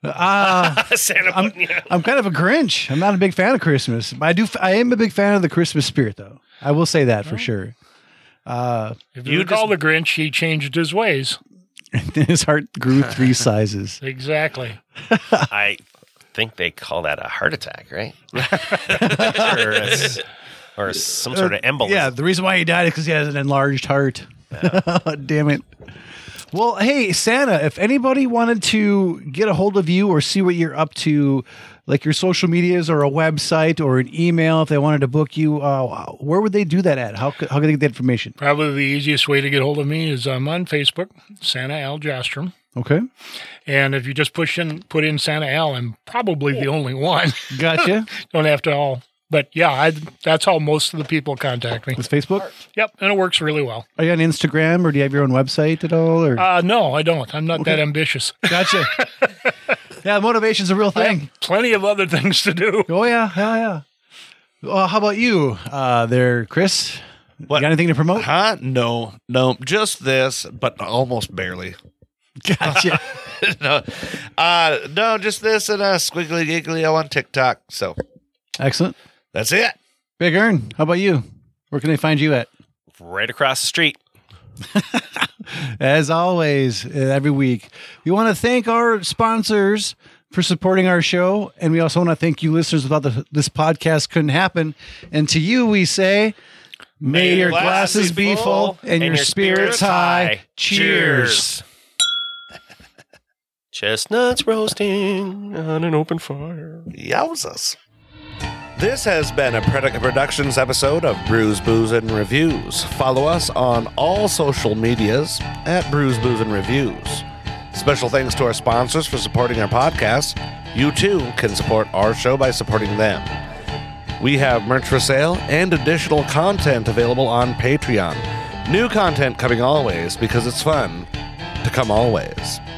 [SPEAKER 2] Uh,
[SPEAKER 1] Santa
[SPEAKER 2] I'm-
[SPEAKER 1] Monica.
[SPEAKER 2] I'm kind of a Grinch. I'm not a big fan of Christmas. I do. I am a big fan of the Christmas spirit, though. I will say that for sure. Uh,
[SPEAKER 4] If you,
[SPEAKER 3] You
[SPEAKER 4] recall the Grinch, he changed his ways.
[SPEAKER 2] his heart grew three sizes.
[SPEAKER 4] Exactly.
[SPEAKER 1] I think they call that a heart attack, right? or, a s- or some sort of embolism.
[SPEAKER 2] Yeah, the reason why he died is because he has an enlarged heart. Damn it. Well, hey, Santa, if anybody wanted to get a hold of you or see what you're up to, like your social medias or a website or an email, if they wanted to book you, uh, where would they do that at? How, could- how can they get that information?
[SPEAKER 4] Probably the easiest way to get hold of me is I'm on Facebook, Santa Al Jostrom.
[SPEAKER 2] Okay.
[SPEAKER 4] And if you just push in, put in Santa Al, I'm probably
[SPEAKER 2] Oh.
[SPEAKER 4] the only one.
[SPEAKER 2] Gotcha.
[SPEAKER 4] Don't have to all, but yeah, I, that's how most of the people contact me.
[SPEAKER 2] It's Facebook.
[SPEAKER 4] Yep, and it works really well.
[SPEAKER 2] Are you on Instagram or do you have your own website at all? Or
[SPEAKER 4] Uh, no, I don't. I'm not that ambitious.
[SPEAKER 2] gotcha. yeah, motivation's a real
[SPEAKER 4] I
[SPEAKER 2] thing.
[SPEAKER 4] have plenty of other things to do.
[SPEAKER 2] Oh yeah, yeah, yeah. Uh, how about you, uh, there, Chris?
[SPEAKER 3] What?
[SPEAKER 2] You got anything to promote?
[SPEAKER 3] Huh? No, no, just this, but almost barely.
[SPEAKER 2] Gotcha.
[SPEAKER 3] no, uh, no, just this and uh, squiggly giggly on TikTok. So
[SPEAKER 2] Excellent.
[SPEAKER 3] that's it.
[SPEAKER 2] Big Earn, how about you? Where can they find you at?
[SPEAKER 1] Right across the street.
[SPEAKER 2] As always, uh, every week, we want to thank our sponsors for supporting our show. And we also want to thank you, listeners, without the, this podcast couldn't happen. And to you, we say, May your glasses be full and your spirits high. Cheers.
[SPEAKER 1] Chestnuts roasting on an open fire.
[SPEAKER 3] Yowzas. This has been a Predica Productions episode of Brews, Booze, and Reviews. Follow us on all social medias at Brews, Booze, and Reviews. Special thanks to our sponsors for supporting our podcast. You too can support our show by supporting them. We have merch for sale and additional content available on Patreon. New content coming always because it's fun to come always.